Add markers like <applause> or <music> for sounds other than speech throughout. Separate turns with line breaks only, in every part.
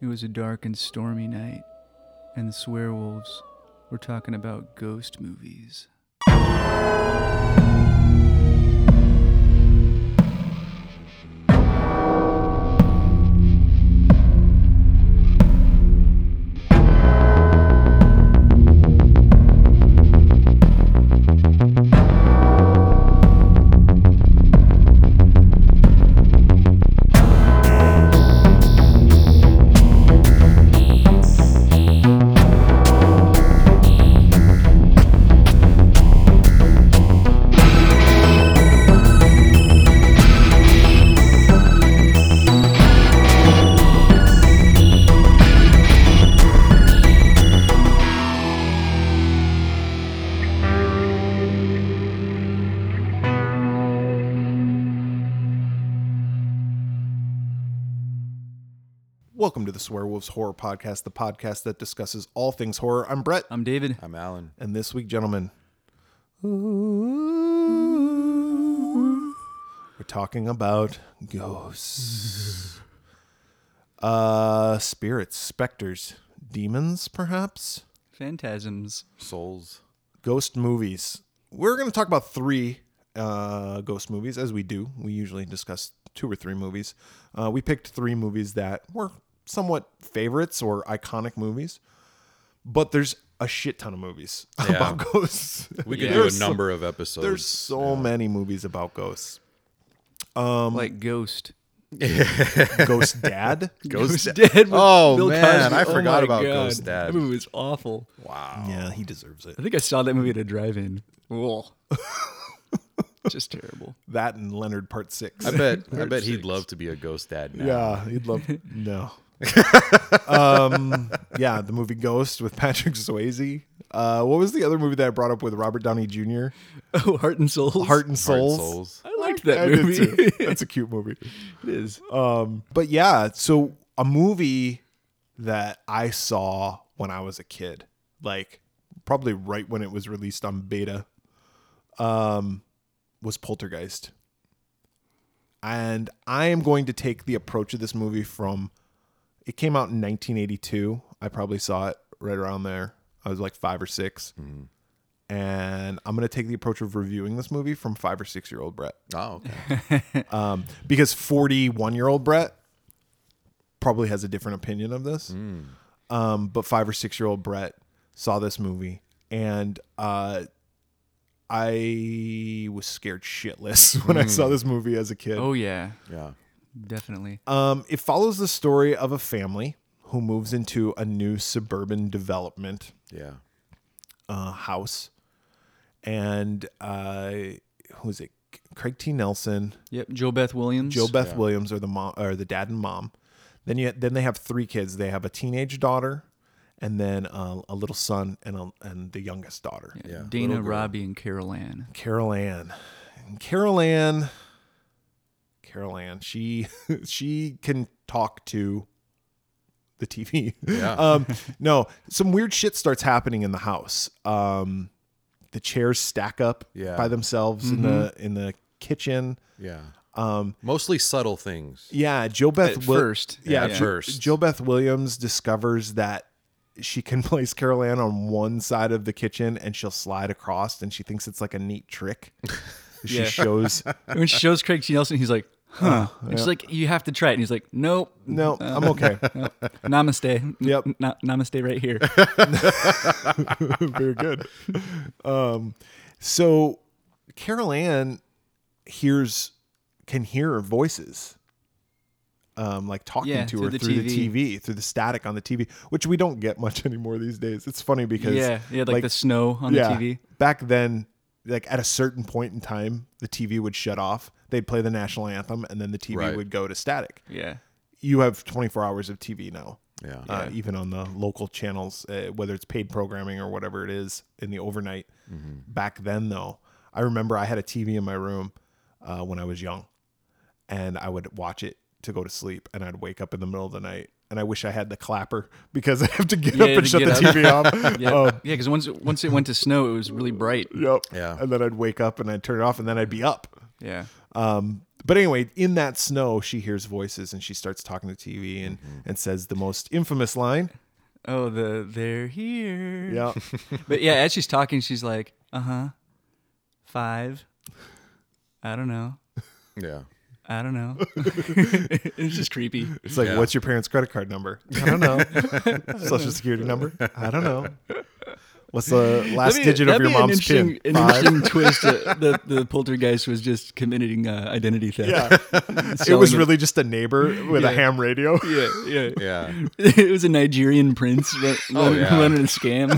It was a dark and stormy night, and the swearwolves were talking about ghost movies.
Welcome to the Swearwolves Horror Podcast, the podcast that discusses all things horror. I'm Brett,
I'm David.
I'm Alan.
and this week, gentlemen, we're talking about ghosts, uh, spirits, specters, demons, perhaps,
Phantasms.
Souls.
ghost movies. We're going to talk about three uh, ghost movies, as we do. We usually discuss two or three movies. Uh, we picked three movies that were somewhat favorites or iconic movies, but there's a shit ton of movies <laughs>
Yeah.
about
<laughs>
ghosts.
We could
There's
do a
so-
number of episodes.
there's so many movies about ghosts.
Um,
like Ghost. <laughs>
<laughs>
Ghost Dad.
Ghost Dead. with
Oh,
Bill
man,
Cosby.
I
Oh
forgot
my
about
God.
Ghost Dad.
That movie was awful.
wow.
yeah, he deserves it.
I think I saw that movie at a
<laughs>
drive-in. Whoa. Just terrible.
That and Leonard Part Six.
I bet. I bet he'd love to be a ghost dad now.
Yeah, he'd love no. um, yeah, the movie Ghost with Patrick Swayze. Uh, what was the other movie that I brought up with Robert Downey Jr.?
Oh, Heart and Souls.
Heart and
Heart and
Souls.
Souls.
I liked
I
that
did
movie. <laughs>
too. That's a cute movie.
it is.
Um, But yeah, so a movie that I saw when I was a kid, like probably right when it was released on beta, um, was Poltergeist. And I am going to take the approach of this movie from it came out in 1982. I probably saw it right around there. I was like five or 6 And I'm going to take the approach of reviewing this movie from five or six year old Brett
Oh, okay.
um, because 41 year old Brett probably has a different opinion of this. Um, but five or six year old Brett saw this movie and uh, I was scared shitless <laughs> when I saw this movie as a kid.
Oh yeah,
yeah.
definitely.
Um, it follows the story of a family who moves into a new suburban development
Yeah.
uh, house. And uh, who is it? Craig T. Nelson.
Yep. Joe Beth Williams.
Joe Beth Williams or the mom or the dad and mom. Then you then they have three kids. They have a teenage daughter, and then uh, a little son and a, and the youngest daughter,
Yeah.
Dana,
Little girl.
Robbie, and Carol Ann.
Carol Ann. And Carol Ann. Carol Ann. She <laughs> she can talk to the TV.
Yeah.
<laughs> um, no, some weird shit starts happening in the house. Um, the chairs stack up
Yeah. Mm-hmm.
by themselves in the in the kitchen.
Yeah. Um, Mostly subtle things.
Yeah, Joe Beth
At
Wil-
first.
Yeah,
At
Jo-
first.
Joe Beth Williams discovers that she can <laughs> place Carol Ann on one side of the kitchen and she'll slide across, and she thinks it's like a neat
<laughs>
trick. She
Yeah.
shows,
<laughs> when she shows Craig T. Nelson, he's like, huh. And she's like, you have to try it. And he's like, nope. <laughs>
no, I'm okay.
Namaste.
Yep.
Na- namaste right here.
<laughs> Very good. Um, so Carol Ann hears, can hear voices. Um, like talking
Yeah,
to
through
her
the
through
TV.
the TV, through the static on the TV, which we don't get much <laughs> anymore these days. It's funny because
yeah. Yeah. Like, the snow on the TV.
Back then, like at a certain point in time, the TV would shut off. They'd play the national anthem, and then the TV
Right.
would go to static.
Yeah.
You have 24 hours of TV now,
Yeah.
uh, even on the local channels, uh, whether it's paid programming or whatever it is in the overnight.
Mm-hmm.
Back then, though, I remember I had a TV in my room uh, when I was young, and I would watch it to go to sleep, and I'd wake up in the middle of the night. And I wish I had the clapper <laughs> because I have to get
Yeah,
up and
to
shut the
get up.
TV off.
<laughs>
Oh,
Yeah. yeah. Because once, once it went to snow, it was really bright.
Yep.
Yeah.
And then I'd wake up and I'd turn it off and then I'd be up.
Yeah.
Um, But anyway, in that snow, she hears voices and she starts talking to TV and,
Mm-hmm.
and says the most infamous line.
Oh, the they're here.
Yeah.
But yeah, as she's talking, she's like, uh huh, five. I don't know.
Yeah.
I don't know. <laughs> it's just creepy.
It's like,
Yeah.
what's your parents' credit card number? I
<laughs>
don't know. Social security number? I don't know. What's the last
That'd be-
digit of
that'd
your
be an
mom's pin?
interesting- An
Five.
interesting twist uh,
<laughs>
that the poltergeist was just committing uh, identity theft. <laughs>
Yeah. It
Selling
was really just a neighbor with
Yeah.
a ham radio.
Yeah, yeah.
<laughs>
Yeah.
<laughs> it was a Nigerian prince run,
Oh,
run-
yeah.
running a scam.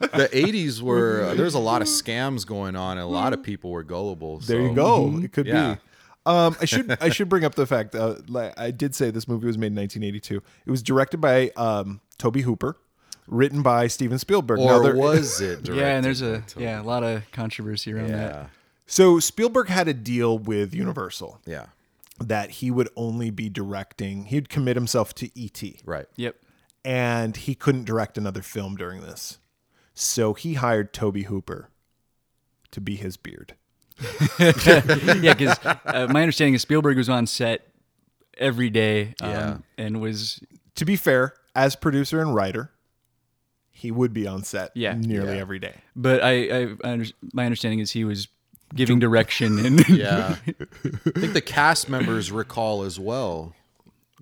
The 80s were, uh, there was a lot of scams going on, and a lot of people were gullible.
There you
so- mm-hmm.
go. It could
Yeah.
be. Um, I should I should bring up the fact uh, like I did say this movie was made in 1982. It was directed by um, Toby Hooper, written by Steven Spielberg. Now, <laughs>
Or
there-
was it?
Yeah, and there's a
directed by Tom-
yeah a lot of controversy around that.
Yeah.
so Spielberg had a deal with Universal
Yeah.
that he would only be directing. He'd commit himself to E.T.
Right.
Yep.
and he couldn't direct another film during this. So he hired Toby Hooper to be his beard. <laughs>
<laughs> yeah, because uh, my understanding is Spielberg was on set every day. um,
Yeah.
and was
To be fair, as producer and writer, he would be on set
Yeah.
nearly
Yeah.
every day.
but I, I, I under, my understanding is he was giving direction
<laughs>
and
Yeah. I think the cast members recall as well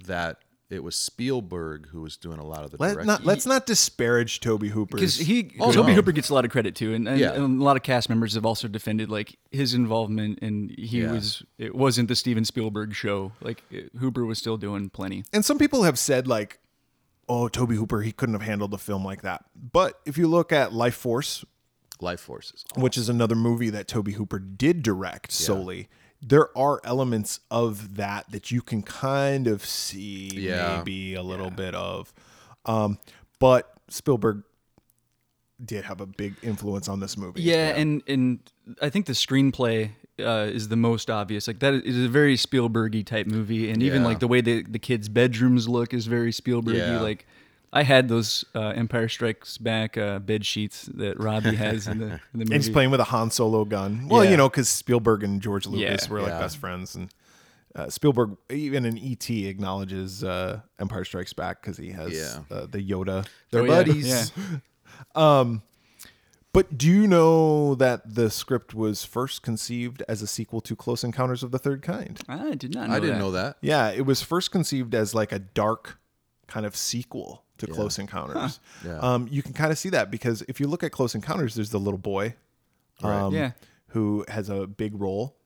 that it was Spielberg who was doing a lot of the
Let
directing.
not let's not disparage Toby Hooper.
because he
Oh,
Toby
no.
Hooper gets a lot of credit too, and, and,
Yeah.
and a lot of cast members have also defended like his involvement, and he
Yeah.
was it wasn't the Steven Spielberg show. Like it- Hooper was still doing plenty.
and some people have said like, "Oh, Toby Hooper, he couldn't have handled a film like that." But if you look at Life Force,
Life forces.
which is another movie that Toby Hooper did direct solely, there are elements of that that you can kind of see
Yeah.
maybe a little bit of. Um, but Spielberg did have a big influence on this movie.
Yeah, and and I think the screenplay uh, is the most obvious. Like that is a very Spielbergy type movie, and even
Yeah.
like the way the the kids' bedrooms look is very Spielbergy.
Yeah.
Like I had those uh, Empire Strikes Back uh, bed sheets that Robbie has in the, in
<laughs>
the movie.
And he's playing with a Han Solo gun. Well,
Yeah.
you know, because Spielberg and George Lucas
Yeah.
were like
Yeah.
best friends, and uh, Spielberg even in ET acknowledges uh, Empire Strikes Back because he has
Yeah.
uh, the Yoda.
They're
Oh, yeah,
buddies.
yeah.
But do you know that the script was first conceived as a sequel to Close Encounters of the Third Kind?
I did not. Know
I
that.
didn't know that.
Yeah, it was first conceived as like a dark kind of sequel to Close Encounters.
Yeah.
Um, you can kind of see that because if you look at Close Encounters, there's the little boy um,
Yeah.
who has a big role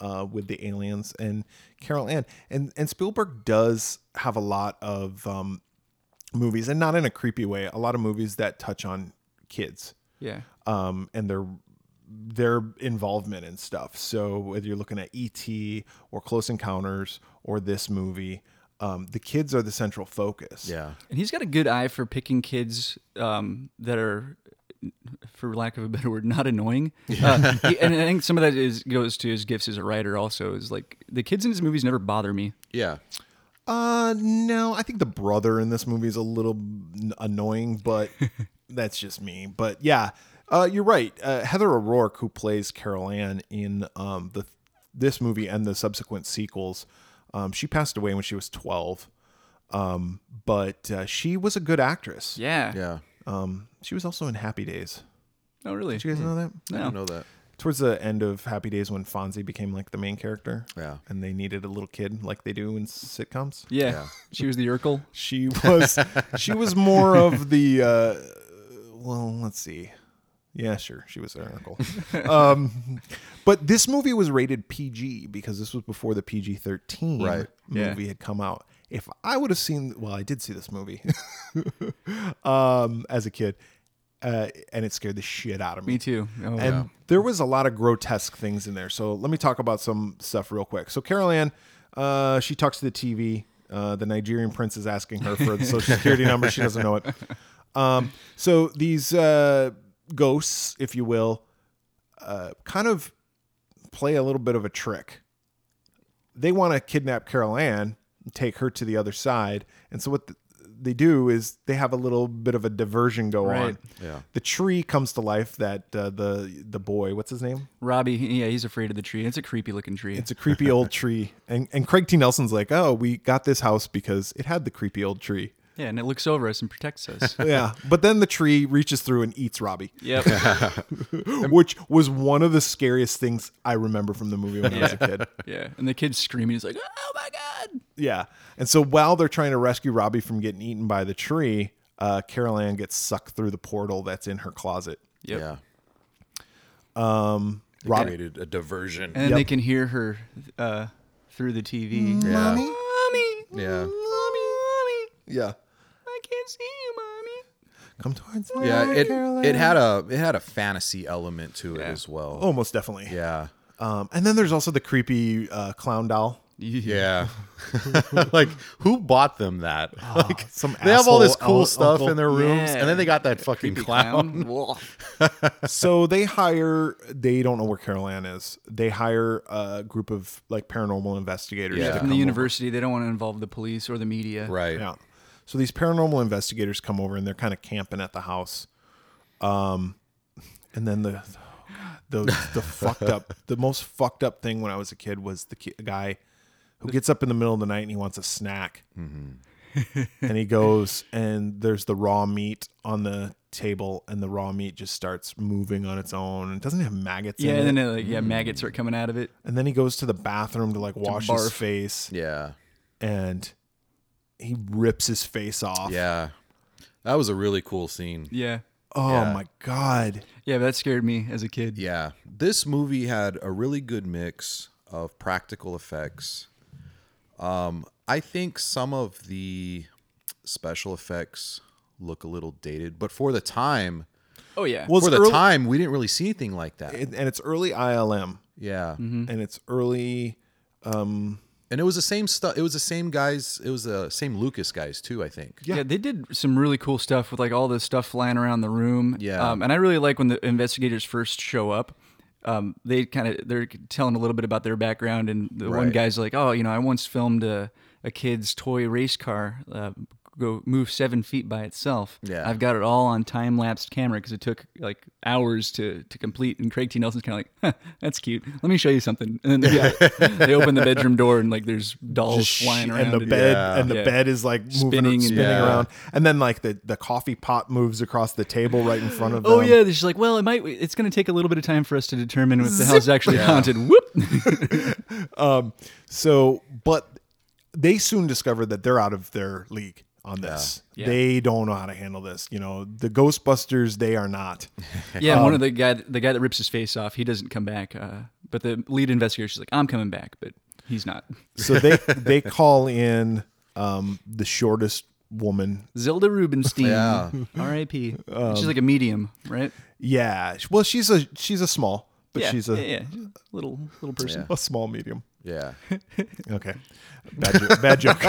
uh, with the aliens and Carol Ann. And and Spielberg does have a lot of um, movies, and not in a creepy way. A lot of movies that touch on kids
Yeah.
um, and their their involvement and stuff. So whether you're looking at ET or Close Encounters or this movie, um, the kids are the central focus.
Yeah.
And he's got a good eye for picking kids um, that are, for lack of a better word, not annoying. Uh, he- and I think some of that is goes to his gifts as a writer. Also, is like the kids in his movies never bother me.
Yeah.
Uh, no, I think the brother in this movie is a little n- annoying, but that's just me. But yeah, uh, you're right. Uh, Heather O'Rourke, who plays Carol Ann in um, the this movie and the subsequent sequels, um, she passed away when she was 12. Um, but uh, she was a good actress.
Yeah.
Yeah.
Um, she was also in Happy Days.
Oh, really?
Did you guys know that?
I
No.
didn't know that.
Towards the end of Happy Days, when Fonzie became like the main character,
Yeah.
and they needed a little kid like they do in sitcoms.
Yeah.
Yeah.
She was the Urkel.
She was she was more of the uh, well, let's see. Yeah, sure, she was an oracle. um, but this movie was rated PG because this was before the PG thirteen
Right.
Yeah.
movie had come out. If I would have seen, well, I did see this movie <laughs> um, as a kid, uh, and it scared the shit out of
Me too. Oh,
and there was a lot of grotesque things in there. So let me talk about some stuff real quick. So Carol Ann, uh, she talks to the TV. Uh, the Nigerian prince is asking her for the social security number. She doesn't know it. Um, so these uh, ghosts, if you will, uh, kind of play a little bit of a trick. They want to kidnap Carol Ann, and take her to the other side, and so what the, they do is they have a little bit of a diversion go
Right.
on.
Yeah.
The tree comes to life that uh, the the boy, what's his name?
Robbie, he- yeah, he's afraid of the tree. It's a creepy looking tree.
It's a creepy old tree. And and Craig T. Nelson's like, "Oh, we got this house because it had the creepy old tree."
yeah, and it looks over us and protects us.
Yeah, <laughs> but then the tree reaches through and eats Robbie,
yep.
which was one of the scariest things I remember from the movie when I was a kid.
Yeah. And the kid's screaming. He's like, oh my God.
Yeah. And so while they're trying to rescue Robbie from getting eaten by the tree, uh, Carol Ann gets sucked through the portal that's in her closet.
Yep.
Yeah.
Rob-
Created a diversion.
And then they can hear her uh, through the TV.
Mm, yeah.
Mommy.
Yeah.
Mommy.
Yeah.
I can't see you, mommy.
Come towards me.
Yeah, it
Carol
it
Ann.
had a it had a fantasy element to it as well.
Oh, most definitely.
Yeah.
Um, and then there's also the creepy uh, clown doll.
<laughs> Yeah. <laughs> like who bought them that? like
some
Oh. they have all this
Oh, asshole
cool
un-
stuff
uncle.
in their rooms
Yeah.
and then they got that fucking
Creepy
clown. <laughs>
Whoa.
so they hire they don't know where Carol Ann is. They hire a group of like paranormal investigators.
Yeah.
to
From
come
the
over.
university, they don't want to involve the police or the media.
Right.
Yeah. So these paranormal investigators come over and they're kind of camping at the house. Um, and then the the
<laughs>
the fucked up the most fucked up thing when I was a kid was the ki- guy who gets up in the middle of the night and he wants a snack.
Mm-hmm.
and he goes and there's the raw meat on the table and the raw meat just starts moving on its own and doesn't have maggots
Yeah,
in it.
and then uh, like, yeah,
Mm.
maggots are coming out of it.
and then he goes to the bathroom to like wash his
barf.
face
Yeah.
and he rips his face off.
Yeah. That was a really cool scene.
Yeah.
Oh
Yeah.
my god.
Yeah, but that scared me as a kid.
Yeah. This movie had a really good mix of practical effects. Um, I think some of the special effects look a little dated, but for the time,
Oh, yeah.
Well,
for
it's
the
early,
time, we didn't really see anything like that.
and and it's early ILM,
yeah.
Mm-hmm.
and it's early.
And it was the same stuff. It was the same guys. It was the same Lucas guys too, I think.
Yeah. they did some really cool stuff with like all this stuff flying around the room.
Yeah.
um, and I really like when the investigators first show up. Um, they kind of they're telling a little bit about their background, and the one
Right.
guy's like, "Oh, you know, I once filmed a, a kid's toy race car uh, go move seven feet by itself.
Yeah.
I've got it all on time lapse camera because it took like hours to to complete." And Craig T. Nelson's kind of like, huh, "That's cute. Let me show you something." And then
<laughs>
they, they open the bedroom door, and like there's dolls flying around,
and the bed
Yeah.
and the
Yeah.
bed is like moving,
Spinning
spinning,
and- Yeah.
around, and then like the the coffee pot moves across the table right in front of
<laughs>
them.
Oh yeah, she's like, well, it might. It's going to take a little bit of time for us to determine if the house is actually haunted.
<laughs>
Whoop.
So, but they soon discover that they're out of their league on this.
Yeah.
They don't know how to handle this. You know, the Ghostbusters, they
<laughs>
are not.
yeah,
Um,
one of the guy, the guy that rips his face off, he doesn't come back. Uh, but the lead investigator, she's like, I'm coming back, but he's not.
So they they call in um, the shortest woman
Zelda Rubinstein,
Yeah.
R.I.P.
Um,
she's like a medium, right?
Yeah. Well, she's a she's a small, but
yeah,
she's a
yeah, yeah. little little person.
<laughs>
Yeah.
a small medium.
Yeah.
<laughs>
Okay. Bad, jo- bad joke.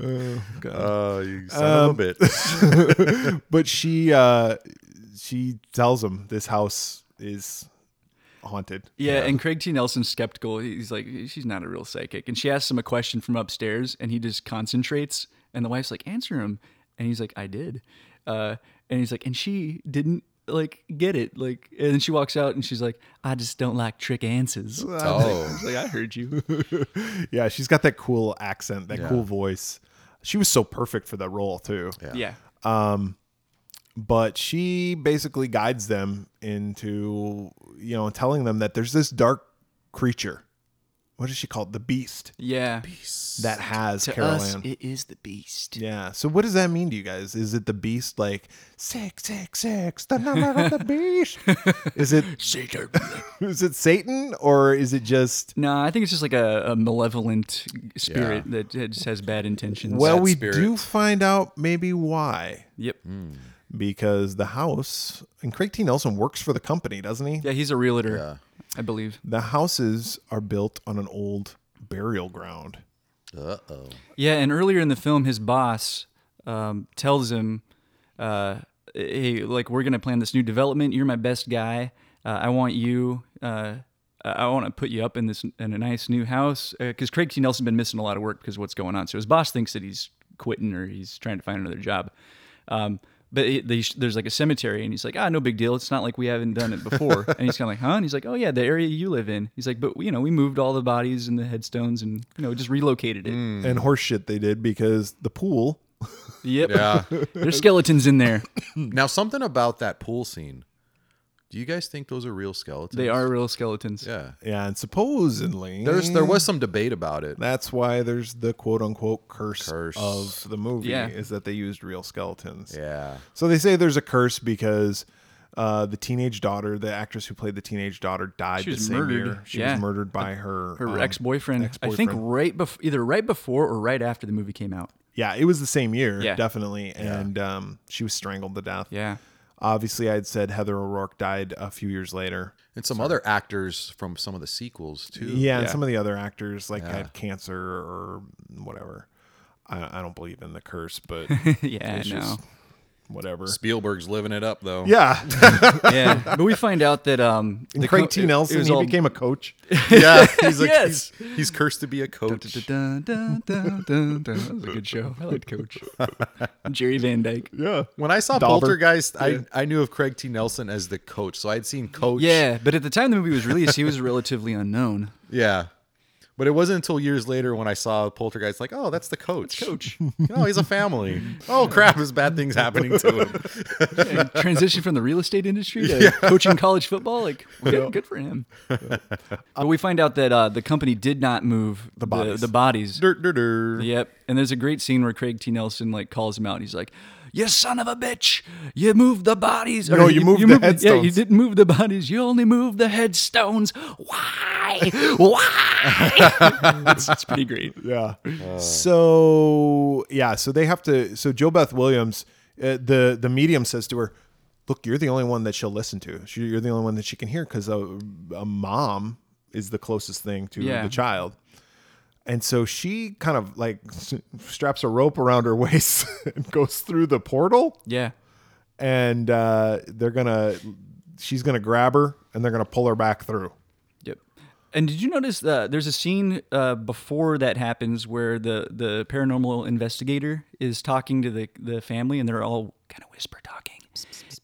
Oh, you
Um,
son
<laughs>
of a bitch.
<laughs> But she uh she tells him this house is haunted. <laughs>
Yeah, and Craig T. Nelson's skeptical. He's like, she's not a real psychic. And she asks him a question from upstairs, and he just concentrates. And the wife's like, answer him. And he's like, I did. Uh, and he's like, and she didn't like get it. Like, and then she walks out, and she's like, I just don't like trick
<laughs>
answers. I
Oh.
was like, I heard you.
Yeah, she's got that cool accent, that cool voice. She was so perfect for that role too.
<laughs> yeah.
But she basically guides them into you know telling them that there's this dark creature. What is she called? The beast
Yeah.
that has
To
Carol
us,
Ann.
it is the beast.
Yeah. So what does that mean to you guys? Is it the beast like six six six, the number of the
<laughs>
beast? Is it
Satan.
<laughs> is it Satan or is it just
no, I think it's just like a, a malevolent spirit that just has bad intentions.
well, we
spirit.
do Mm. find out maybe why
yep.
because the house and Craig T. Nelson works for the company, doesn't he?
Yeah, he's a realtor, I believe.
The houses are built on an old burial ground.
Uh oh.
Yeah, and earlier in the film, his boss um, tells him, uh, "Hey, like we're gonna plan this new development. You're my best guy. Uh, I want you. Uh, I want to put you up in this in a nice new house because Craig T. Nelson's been missing a lot of work because what's going on. So his boss thinks that he's quitting or he's trying to find another job. Um, but it, they, there's like a cemetery, and he's like, ah, no big deal. It's not like we haven't done it before. and he's kind of like, huh? And he's like, oh yeah, the area you live in. He's like, but you know, we moved all the bodies and the headstones, and you know, just relocated it.
Hmm.
and horse shit they did because the pool.
Yep.
Yeah.
<laughs>
There's skeletons in there.
now something about that pool scene. Do you guys think those are real skeletons?
They are real skeletons.
Yeah.
Yeah, and supposedly
There's there was some debate about it.
that's why there's the quote unquote curse,
Curse.
of the movie
Yeah.
is that they used real skeletons.
Yeah.
So they say there's a curse because uh, the teenage daughter, the actress who played the teenage daughter, died
She
the
was
same
murdered,
year. She
yeah. Uh,
was murdered by her
Her
um,
ex-boyfriend, I think
ex-boyfriend.
right before, either right before or right after the movie came out.
Yeah, it was the same year,
Yeah.
definitely, and um, she was strangled to death.
Yeah.
Obviously, I'd said Heather O'Rourke died a few years later.
And some other actors from some of the sequels too.
Yeah, and some of the other actors like had cancer or whatever. I, I don't believe in the curse,
<laughs>
but
<laughs> yeah, I
it's
know.
<laughs> just whatever.
Spielberg's living it up though.
<laughs> Yeah,
yeah, but we find out that um,
and
the
Craig
co-
T.
it- it
Nelson
was
he
all-
became a coach.
Yeah. <laughs> He's like
Yes.
he's, he's cursed to be a coach.
<laughs> Dun, dun, dun, dun, dun. That was a good show. I liked
<laughs>
Coach Jerry Van Dyke.
Yeah,
<laughs> When I saw
Dauber.
Poltergeist, I, I knew of Craig T. Nelson as the coach. So I'd seen Coach.
Yeah, but at the time the movie was released, he was relatively unknown.
Yeah. But it wasn't until years later when I saw Poltergeist, like, oh, that's the coach.
<laughs>
coach. <laughs> oh, he's a family. Oh, crap, there's bad things happening to him.
And transitioned from the real estate industry
<laughs>
to coaching college football. Like, good, good for him. But we find out that uh, the company did not move the
bodies.
The, bodies.
<laughs> Dur, dur, dur.
Yep. And there's a great scene where Craig T. Nelson like calls him out. And he's like, "You son of a bitch! You moved the bodies. Or,
No, you moved the
Yeah, you
headstones."
didn't move the bodies. You only moved the headstones. Why?
<laughs>
Why?" <laughs> it's, it's pretty great.
<laughs> yeah. So yeah, so they have to. So Joe Beth Williams, uh, the the medium says to her, "Look, you're the only one that she'll listen to. She, you're the only one that she can hear because a, a mom is the closest thing to
Yeah.
the child." And so she kind of like s- straps a rope around her <laughs> waist and goes through the portal,
Yeah.
and uh, they're gonna, she's gonna grab her, and they're gonna pull her back through.
Yep. And did you notice uh, there's a scene uh, before that happens where the, the paranormal investigator is talking to the, the family and they're all kind of whisper talking.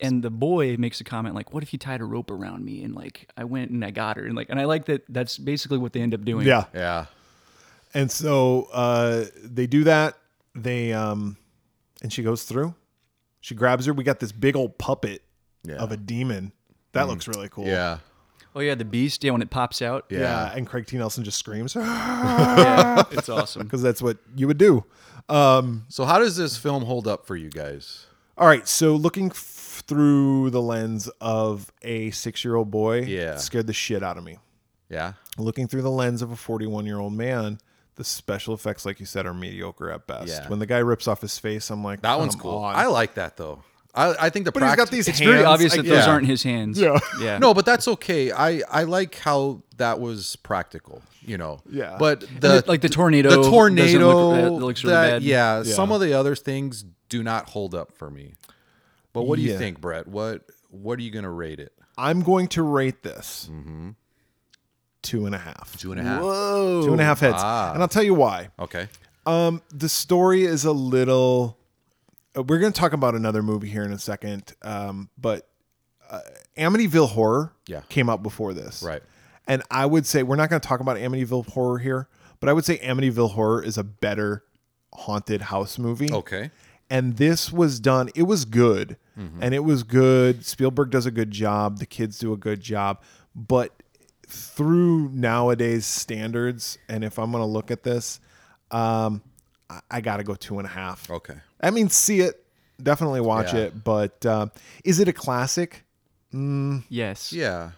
And the boy makes a comment like, "What if you tied a rope around me and like I went and I got her and like and I like that that's basically what they end up doing.
Yeah,
Yeah.
And so uh, they do that. They um, and she goes through. She grabs her. We got this big old puppet
Yeah. Mm.
of a demon. That looks really cool.
Yeah.
Oh yeah, the beast. Yeah, when it pops out.
Yeah. And Craig T. Nelson just screams because
Yeah, it's awesome.
that's what you would do. Um,
So, how does this film hold up for you guys?
all right. So looking f- through the lens of a six-year-old boy,
Yeah.
it scared the shit out of me.
Yeah.
looking through the lens of a 41 year old man the special effects like you said are mediocre at best
Yeah.
when the guy rips off his face i'm like
That one's
"Come
cool.
on."
I like that, though. I, I think the
but he's got
practi-
these
It's
hands
very obvious that
I-
those
yeah.
aren't his hands.
Yeah.
Yeah.
<laughs> No, but that's okay. I, I like how that was practical, you know.
Yeah.
But
And
the
it- like the tornado
the
doesn't look-
tornado
that looks really
that-
bad.
Yeah,
Yeah.
Some of the other things do not hold up for me. But what do you
Yeah.
think, Brett? What What are you gonna rate it?
i'm going to rate this two and a half.
Mm-hmm. Two and a half.
Whoa.
Two and a half heads
Ah.
and i'll tell you why
Okay.
um the story is a little uh, we're going to talk about another movie here in a second um but uh, amityville horror
Yeah.
came out before this
Right.
And I would say we're not going to talk about Amityville Horror here, but I would say Amityville Horror is a better haunted house movie.
Okay.
And this was done, it was good. And it was good. Spielberg does a good job, the kids do a good job, but through nowadays standards, and if I'm going to look at this, um, I, I got to go two and a half.
Okay.
I mean, see it, definitely watch
Yeah.
it, but uh, is it a classic?
Yes.
Yeah.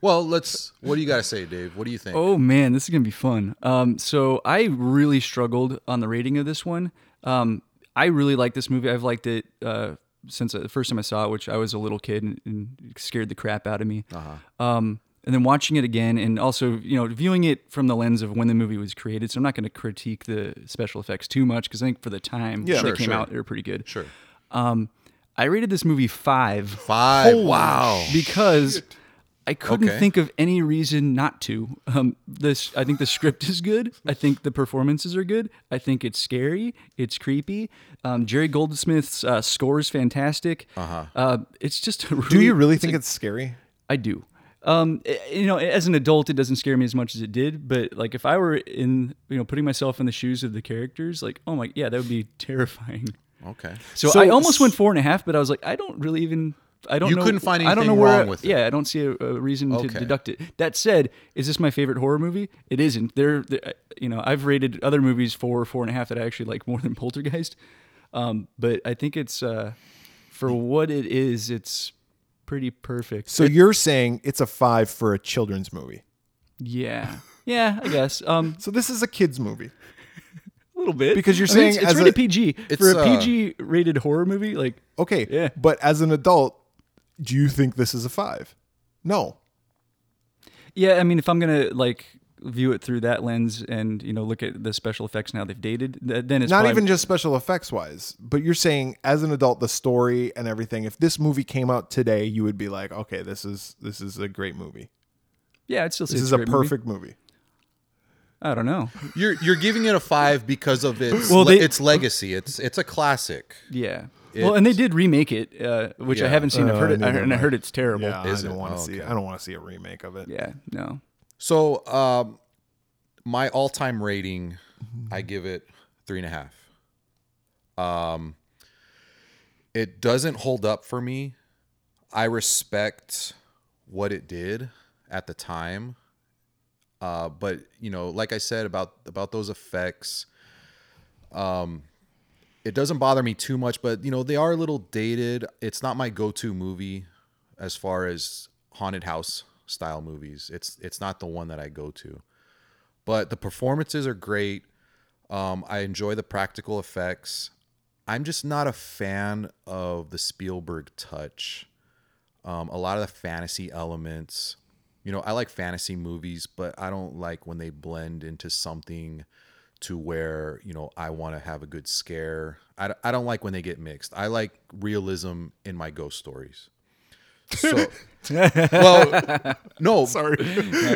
Well, let's. What do you gotta say, Dave? What do you think?
Oh man, this is gonna be fun. Um, so I really struggled on the rating of this one. Um, I really like this movie. I've liked it uh, since the first time I saw it, which I was a little kid and, and it scared the crap out of me.
Uh-huh.
Um, and then watching it again, and also you know viewing it from the lens of when the movie was created. So I'm not gonna critique the special effects too much because I think for the time
Yeah.
that
Sure,
they came
sure.
out, they were pretty good.
Sure.
Um, I rated this movie five
Five. wow.
because I couldn't
Okay.
think of any reason not to. Um, this I think the script is good. I think the performances are good. I think it's scary. It's creepy. Um, Jerry Goldsmith's uh, score is fantastic. Uh-huh. It's just a really,
Do you really think it's scary?
I do. Um, i- you know, as an adult, it doesn't scare me as much as it did. But like, if I were in, you know, putting myself in the shoes of the characters, like, oh my, yeah, that would be <laughs> terrifying.
Okay.
So,
So-
I almost went four and a half, but I was like, I don't really even. I don't.
You
know,
couldn't find
I don't know
anything
where,
wrong with it.
Yeah, I don't see a, a reason
Okay.
to deduct it. That said, is this my favorite horror movie? It isn't. There, there- you know, I've rated other movies four, four and a half that I actually like more than <laughs> Poltergeist. Um, but I think it's uh, for what it is, it's pretty perfect.
So you're saying it's a five for a children's movie.
Yeah, yeah, I guess. Um,
<laughs>
So this is a kids movie.
a little bit
Because you're
I mean,
saying
it's, it's
as
rated
a-
PG
It's,
for a
uh,
PG rated horror movie. Like,
Okay.
Yeah.
But as an adult, do you think this is a five? No.
Yeah, I mean, if I'm gonna like view it through that lens and you know look at the special effects now they've dated, th- then it's
Not
probably-
even just special effects wise, but you're saying as an adult, the story and everything. If this movie came out today, you would be like, okay, this is this is a great movie.
yeah, I'd still say
This
it's
is a
great movie.
perfect movie.
I don't know.
You're you're giving it a five because of its
Well,
le-
they-
its legacy. It's it's a classic.
Yeah. well, and they did remake it, uh, which I
Yeah.
haven't seen. I've heard
Uh,
it, I heard, and I
neither
heard it's terrible.
Yeah,
Yeah.
I
Is
don't
it?
want to
Oh,
see.
okay.
I don't want to see a remake of it.
no.
So um, my all time rating, I give it three and a half. Um, it doesn't hold up for me. I respect what it did at the time, uh, but you know, like I said about about those effects, it doesn't bother me too much, but you know, they are a little dated. It's not my go-to movie as far as haunted house style movies. It's it's not the one that I go to. But the performances are great. Um, I enjoy the practical effects. I'm just not a fan of the Spielberg touch. Um, a lot of the fantasy elements. You know, I like fantasy movies, but I don't like when they blend into something to where, you know, I want to have a good scare. I, d- I don't like when they get mixed. I like realism in my ghost stories.
<laughs>
So, well, no. Sorry.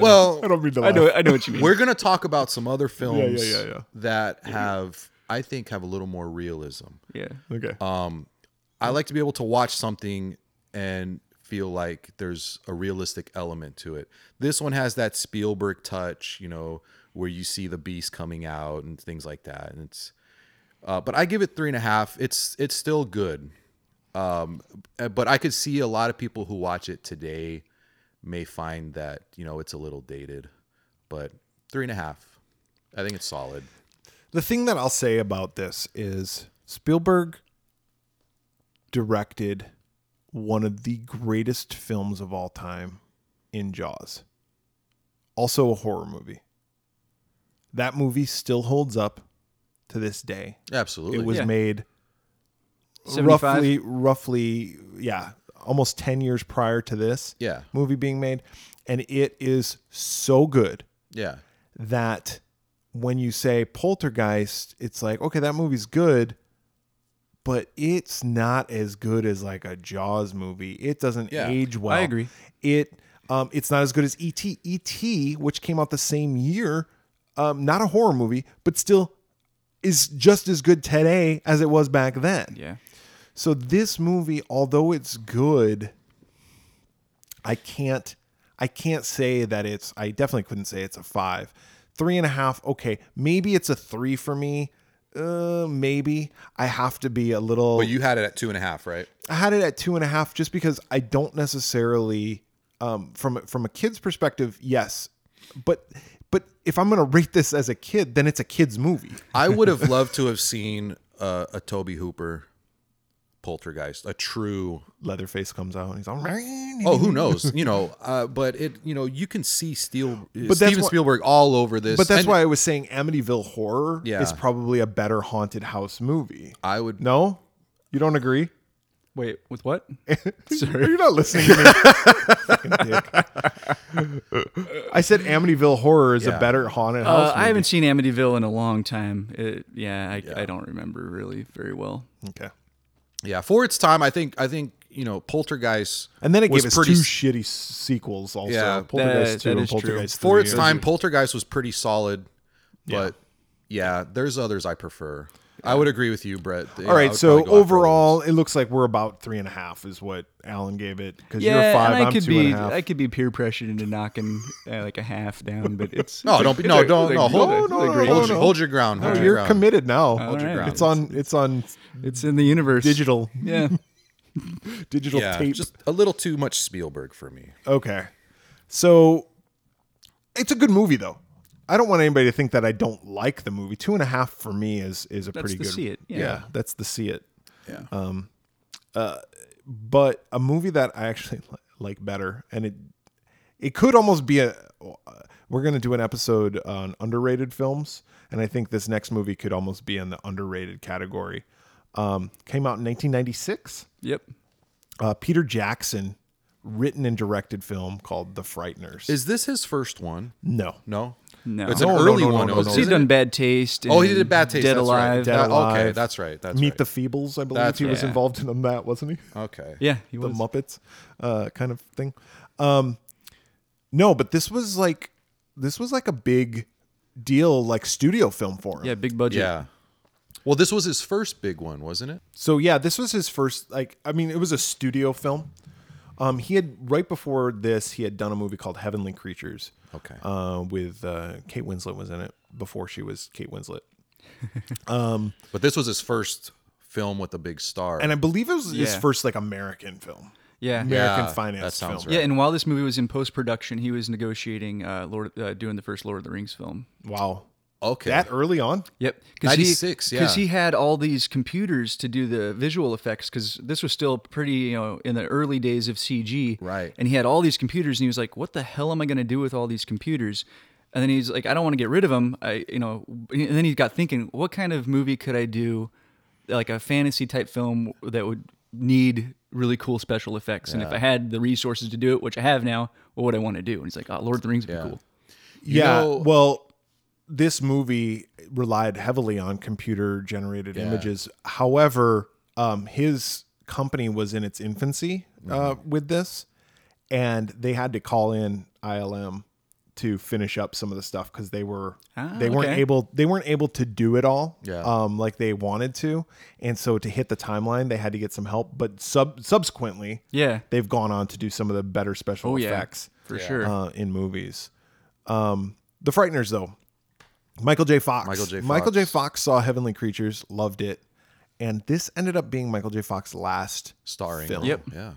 Well,
<laughs> I don't mean to.
I
Laugh.
know. I know what you mean.
we're gonna talk about some other films
yeah, yeah.
that have, I think, have a little more realism.
yeah.
Okay.
I like to be able to watch something and feel like there's a realistic element to it. This one has that Spielberg touch, you know, where you see the beast coming out and things like that. And it's, uh, but I give it three and a half. It's it's still good, um, uh, but I could see a lot of people who watch it today may find that you know it's a little dated, but three and a half, I think it's solid.
the thing that I'll say about this is Spielberg directed one of the greatest films of all time in Jaws. Also a horror movie. That movie still holds up to this day.
Absolutely,
It was
Yeah.
made
75?
roughly roughly yeah, almost 10 years prior to this
yeah,
movie being made and it is so good
yeah,
that when you say poltergeist, it's like, okay, that movie's good, but it's not as good as like a Jaws movie. It doesn't
Yeah,
age well.
agree.
It um, it's not as good as ET. ET, which came out the same year, um, not a horror movie, but still is just as good today as it was back then.
Yeah.
So this movie, although it's good, I can't I can't say that it's I definitely couldn't say it's a five. Three and a half, okay. Maybe it's a three for me. Uh maybe. I have to be a little
but you had it at two and a half, right?
I had it at two and a half just because I don't necessarily um from from a kid's perspective, yes. But but if I'm gonna rate this as a kid, then it's a kid's movie.
I would have loved to have seen uh, a Toby Hooper poltergeist, a true.
Leatherface comes out and he's all right.
Oh, who knows? You know, uh, but it. You know, you can see Steel,
that's
Steven
why-
Spielberg all over this.
But that's
and
why I was saying Amityville Horror
Yeah.
is probably a better haunted house movie.
I would.
No, you don't
<laughs>
agree.
Wait, with what?
Are
Sorry.
you not listening to me?
<laughs>
Fucking dick. I said Amityville Horror is a
Yeah.
better haunted house.
Uh, I haven't seen Amityville in a long time. Uh, It, yeah, I, I don't remember really very well.
movie. Okay.
Yeah, for its time, I think. I think you know, Poltergeist.
And then it
was
gave us
pretty
two
s-
shitty s- sequels also.
Yeah,
Poltergeist
that-
2
that
and
is true.
Poltergeist 3.
for its
Those
time.
are-
Poltergeist was pretty solid, but yeah, there's others I prefer. I would agree with you, Brett. Yeah,
All
I
right,
would
so
probably go after
overall, it looks like we're about three and a half is what Alan gave it. Because
Yeah,
you're five,
and I
I'm
could
two and a
be
half.
I could be peer pressured into knocking uh, like a half down, but it's
No, don't be-
it's
no,
a-
don't-
it's a-
no, hold
it's
it.
a
No, no,
great-
no,
hold,
Oh,
your, hold your ground.
No,
Hold your
you're
ground.
committed now.
All right.
It's on. It's on
It's in the universe.
digital
<laughs>
Yeah,
digital
Yeah,
tape.
just a little too much Spielberg for me.
Okay. So it's a good movie though. I don't want anybody to think that I don't like the movie. Two and a half for me is is a pretty
the
good.
see it, yeah.
that's the see it.
Yeah.
Um. Uh. But a movie that I actually <laughs> li- like better, and it it could almost be a. We're gonna do an episode on underrated films, and I think this next movie could almost be in the underrated category. Um, came out in 1996
yep.
uh, Peter Jackson written and directed film called The Frighteners.
Is this his first one?
no.
No.
No.
It's an
No, no,
early
no, no,
one.
no,
was-
no.
He's
isn't
done
it?
Bad Taste.
Oh, he
and
did Bad Taste.
Dead
that's right.
Alive.
Dead
That- Okay,
Alive.
that's right. That's
Meet
right.
the Feebles, I believe
That's
he was
right.
involved in that, wasn't he?
okay.
Yeah, he
The
was.
Muppets uh, kind of thing. Um, no, but this was like this was like a big deal, like studio film for him.
yeah, big budget.
Yeah. Well, this was his first big one, wasn't it?
So yeah, this was his first like I mean, it was a studio film. Um he had right before this, he had done a movie called Heavenly Creatures.
Okay.
Uh with uh Kate Winslet was in it before she was Kate Winslet.
But this was his first film with a big star.
And I believe it was his
Yeah.
first like American film.
yeah, yeah.
American
Yeah,
finance
that sounds
film.
right.
And while this movie was in post production, he was negotiating uh, Lord, uh, doing the first Lord of the Rings film.
Wow.
okay.
That early on?
Yep,
96, yeah.
because he had all these computers to do the visual effects. Because this was still pretty, you know, in the early days of CG,
Right.
And he had all these computers, and he was like, "What the hell am I going to do with all these computers?" And then he's like, "I don't want to get rid of them." I, you know, and then he got thinking, "What kind of movie could I do, like a fantasy type film that would need really cool special effects? And if I had the resources to do it, which I have now, what would I want to do?" And he's like, "Oh, Lord of the Rings would be cool."
yeah.
know-
well, this movie relied heavily on computer generated images. However, um, his company was in its infancy uh,
Mm-hmm.
with this, and they had to call in ILM to finish up some of the stuff because they were
Ah,
they weren't
okay.
able they weren't able to do it all
Yeah.
um, like they wanted to, and so to hit the timeline, they had to get some help. But sub subsequently,
Yeah,
they've gone on to do some of the better special
Oh, yeah.
effects
for sure.
uh, in movies. Um, the Frighteners, though, Michael J. Fox.
Michael J.
Michael
Fox.
J. Fox saw Heavenly Creatures, loved it, and this ended up being Michael J. Fox's last
starring.
Film.
Yep.
Yeah.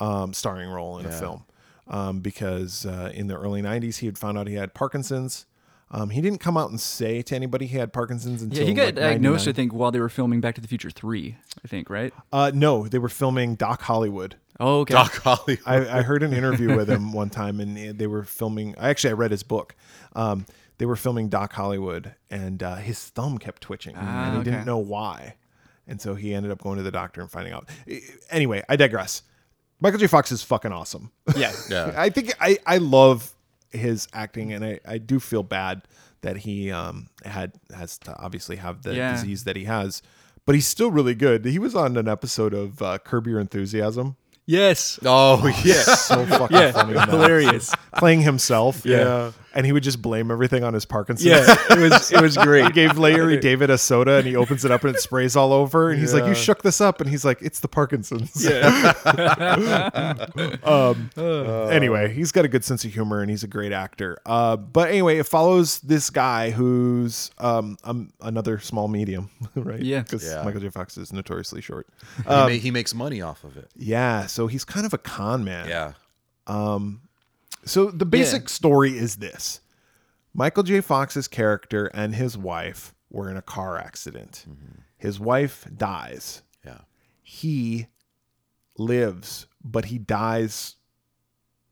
um, starring role in a film um, because uh, in the early '90s he had found out he had Parkinson's. Um, he didn't come out and say to anybody he had Parkinson's until
Yeah, he got
like,
diagnosed,
99.
I think, while they were filming Back to the Future 3, I think, right?
Uh, no, they were filming Doc Hollywood.
Oh, okay.
Doc Hollywood.
I, I heard an interview with him one time, and they were filming. I actually I read his book. Um, they were filming Doc Hollywood, and uh, his thumb kept twitching, and he didn't
Ah, okay.
know why. And so he ended up going to the doctor and finding out. I- Anyway, I digress. Michael J. Fox is fucking awesome. <laughs>
Yeah.
Yeah.
I think I, I love his acting, and I, I do feel bad that he um had has to obviously have the
Yeah.
disease that he has, but he's still really good. He was on an episode of uh, Curb Your Enthusiasm.
yes.
<laughs>
Oh yeah.
So fucking
Yeah.
funny. in that.
Hilarious.
playing himself.
Yeah.
And he would just blame everything on his Parkinson's. <laughs>
Yeah. It was it was
He
great.
gave Larry David a soda and he opens it up and it sprays all over. And he's like, You shook this up. And he's like, It's the Parkinson's. <laughs> Um,
Yeah. Uh.
anyway, he's got a good sense of humor and he's a great actor. Uh, but anyway, it follows this guy who's um, um another small medium, <laughs> right?
Yeah.
Because
Yeah.
Michael J. Fox is notoriously short. Um,
he, ma- he makes money off of it.
Yeah. So he's kind of a con man.
Yeah.
So the basic story is this. Michael J. Fox's character and his wife were in a car accident.
Mm-hmm.
His wife dies.
Yeah.
He lives, but he dies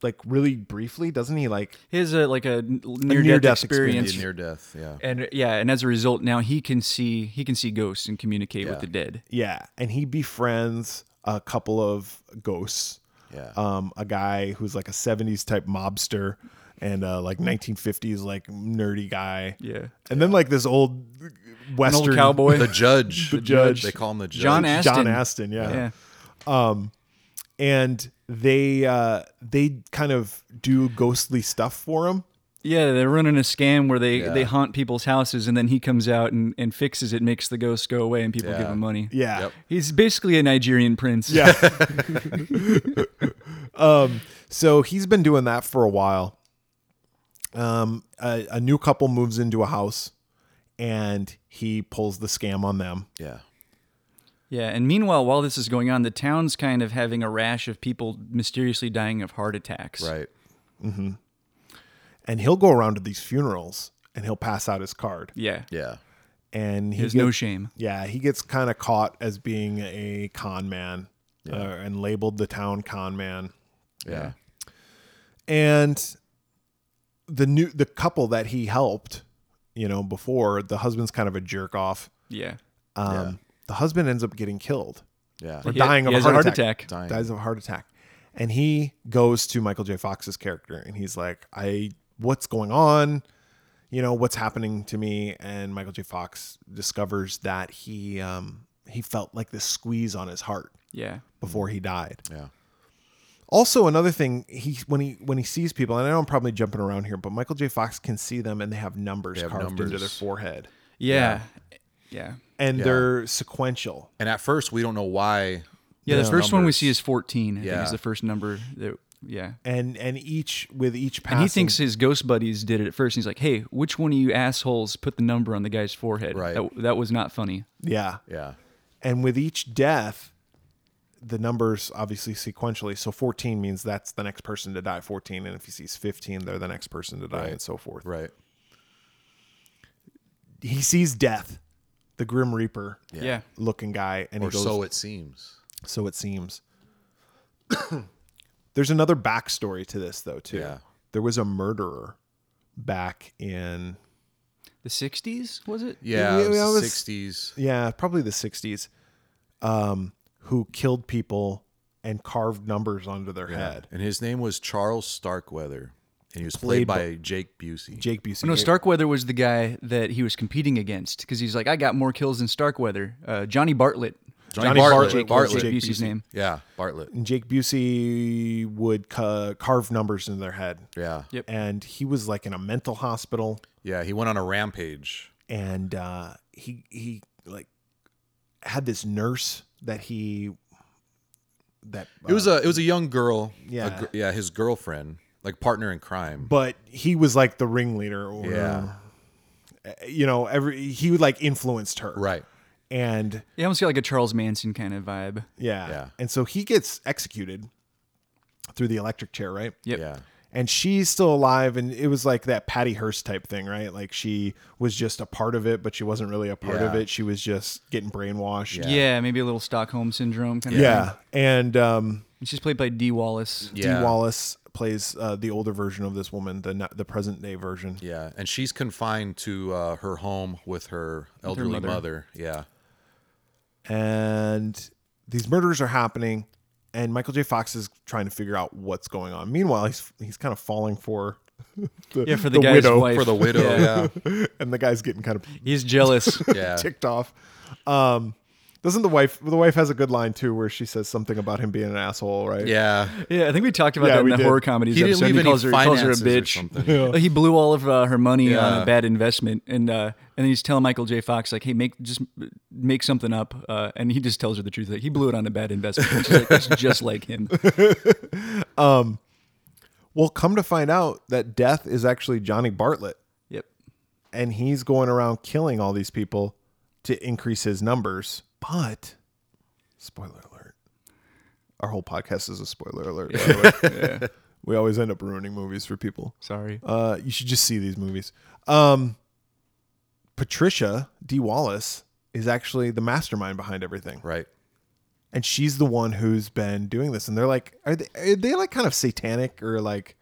like really briefly, doesn't he? Like
<laughs> He has a, like a near death
near-death
experience.
experience.
Near death. Yeah.
And yeah, and as a result, now he can see he can see ghosts and communicate with the dead.
yeah, and he befriends a couple of ghosts.
Yeah.
Um a guy who's like a 70s type mobster and uh like 1950s like nerdy guy.
Yeah.
And then like this old
An
western
old cowboy.
the judge. The
judge.
They call him the judge.
John Aston.
John Aston, yeah.
<laughs> yeah.
and they uh, they kind of do ghostly stuff for him.
Yeah, they're running a scam where they,
Yeah.
they haunt people's houses and then he comes out and, and fixes it, makes the ghosts go away, and people
Yeah.
give him money.
Yeah.
Yep.
He's basically a Nigerian prince. Yeah.
So he's been doing that for a while. Um, a, a new couple moves into a house, and he pulls the scam on them.
Yeah.
Yeah, and meanwhile, while this is going on, the town's kind of having a rash of people mysteriously dying of heart attacks.
Right.
And he'll go around to these funerals, and he'll pass out his card.
Yeah.
Yeah.
And he
There's
gets-
no shame.
Yeah, he gets kind of caught as being a con man, uh, and labeled the town con man.
Yeah.
and the new the couple that he helped you know before the husband's kind of a jerk off
Yeah.
um
Yeah.
the husband ends up getting killed
Yeah.
or
He-
dying of
he
a
has
heart,
a heart
attack,
attack.
Dying.
dies of a heart attack and he goes to michael j fox's character and he's like i what's going on you know what's happening to me and michael j fox discovers that he um he felt like this squeeze on his heart
Yeah.
before
Mm.
he died
Yeah.
also, another thing he when he when he sees people, and I know I'm probably jumping around here, but Michael J. Fox can see them, and they have numbers
have
carved into
numbers.
their forehead,
Yeah. Yeah.
and they're sequential.
And at first, we don't know why.
Yeah, the
those
first one we
numbers-
see is 14. I
Yeah.
think is the first number that yeah.
And and each with each passing,
And he thinks his ghost buddies did it at first. He's like, "Hey, which one of you assholes put the number on the guy's forehead?"
Right.
That, that was not funny.
yeah,
Yeah.
and with each death, the numbers obviously sequentially. So 14 means that's the next person to die. 14, and if he sees 15, they're the next person to die, and so forth.
Right.
He sees death, the Grim Reaper
Yeah.
looking guy, and
Or
he goes,
so it seems.
so it seems. <coughs> There's another backstory to this, though, too.
Yeah.
There was a murderer back in,
The 60s was it?
Yeah.
we-
it was
we
the
always-
60s.
yeah, probably the 60s, um, who killed people and carved numbers onto their head.
And his name was Charles Starkweather. And he was
Played
played, by, Jake Busey.
Jake Busey.
No, Starkweather was the guy that he was competing against because he's like, "I got more kills than Starkweather." Uh, Johnny Bartlett.
Johnny Bartlett.
Jake,
Bartlett.
Jake Busey's
Busey.
name.
yeah. Bartlett.
and Jake Busey would ca- carve numbers into their head.
Yeah.
Yep.
And he was like in a mental hospital.
Yeah. He went on a rampage.
and uh, he he like had this nurse that he that
It was a it was a young girl.
Yeah.
a gr- yeah, his girlfriend, like partner in crime.
but he was like the ringleader or uh,
Yeah.
you know every he would like influenced her
right.
and
You almost got like a Charles Manson kind of vibe.
yeah.
Yeah.
and so he gets executed through the electric chair right
Yep.
Yeah.
and she's still alive and it was like that patty hearst type thing right like she was just a part of it but she wasn't really a part of
Yeah.
it she was just getting brainwashed
Yeah. maybe a little Stockholm syndrome kind of. thing.
yeah. and um
And She's played by Dee Wallace.
Yeah.
D. Wallace plays uh, the older version of this woman, the no- the present day version.
Yeah, and she's confined to uh, her home with her elderly
mother.
mother. Yeah,
And these murders are happening, and Michael J. Fox is trying to figure out what's going on. Meanwhile, he's he's kind of falling for <laughs> the,
Yeah, for the, guy's
widow,
wife.
for
<laughs>
the widow. <laughs> Yeah,
<laughs> and the guy's getting kind of
He's jealous.
<laughs> yeah,
ticked off. Um, doesn't the wife? The wife has a good line too, where she says something about him being an asshole,
<laughs>
right?
yeah.
yeah, I think we talked about
Yeah,
that in
we
the
did.
horror comedies
He didn't
episode.
leave
He
any
calls her, calls her a
finances or
bitch. <laughs>
something.
He blew all of uh, her money on
Yeah.
a bad investment, and uh, and he's telling Michael J. Fox like, "Hey, make just make something up," uh, and he just tells her the truth. Like, he blew it on a bad investment. She's like, That's <laughs> just like him.
Well, come to find out that death is actually Johnny Bartlett,
Yep.
and he's going around killing all these people to increase his numbers. But spoiler alert. Our whole podcast is a spoiler alert. by the way. <laughs> We always end up ruining movies for people.
Sorry.
Uh, you should just see these movies. Um, Patricia D. Wallace is actually the mastermind behind everything,
Right.
and she's the one who's been doing this. And they're like, are they are they like kind of satanic or like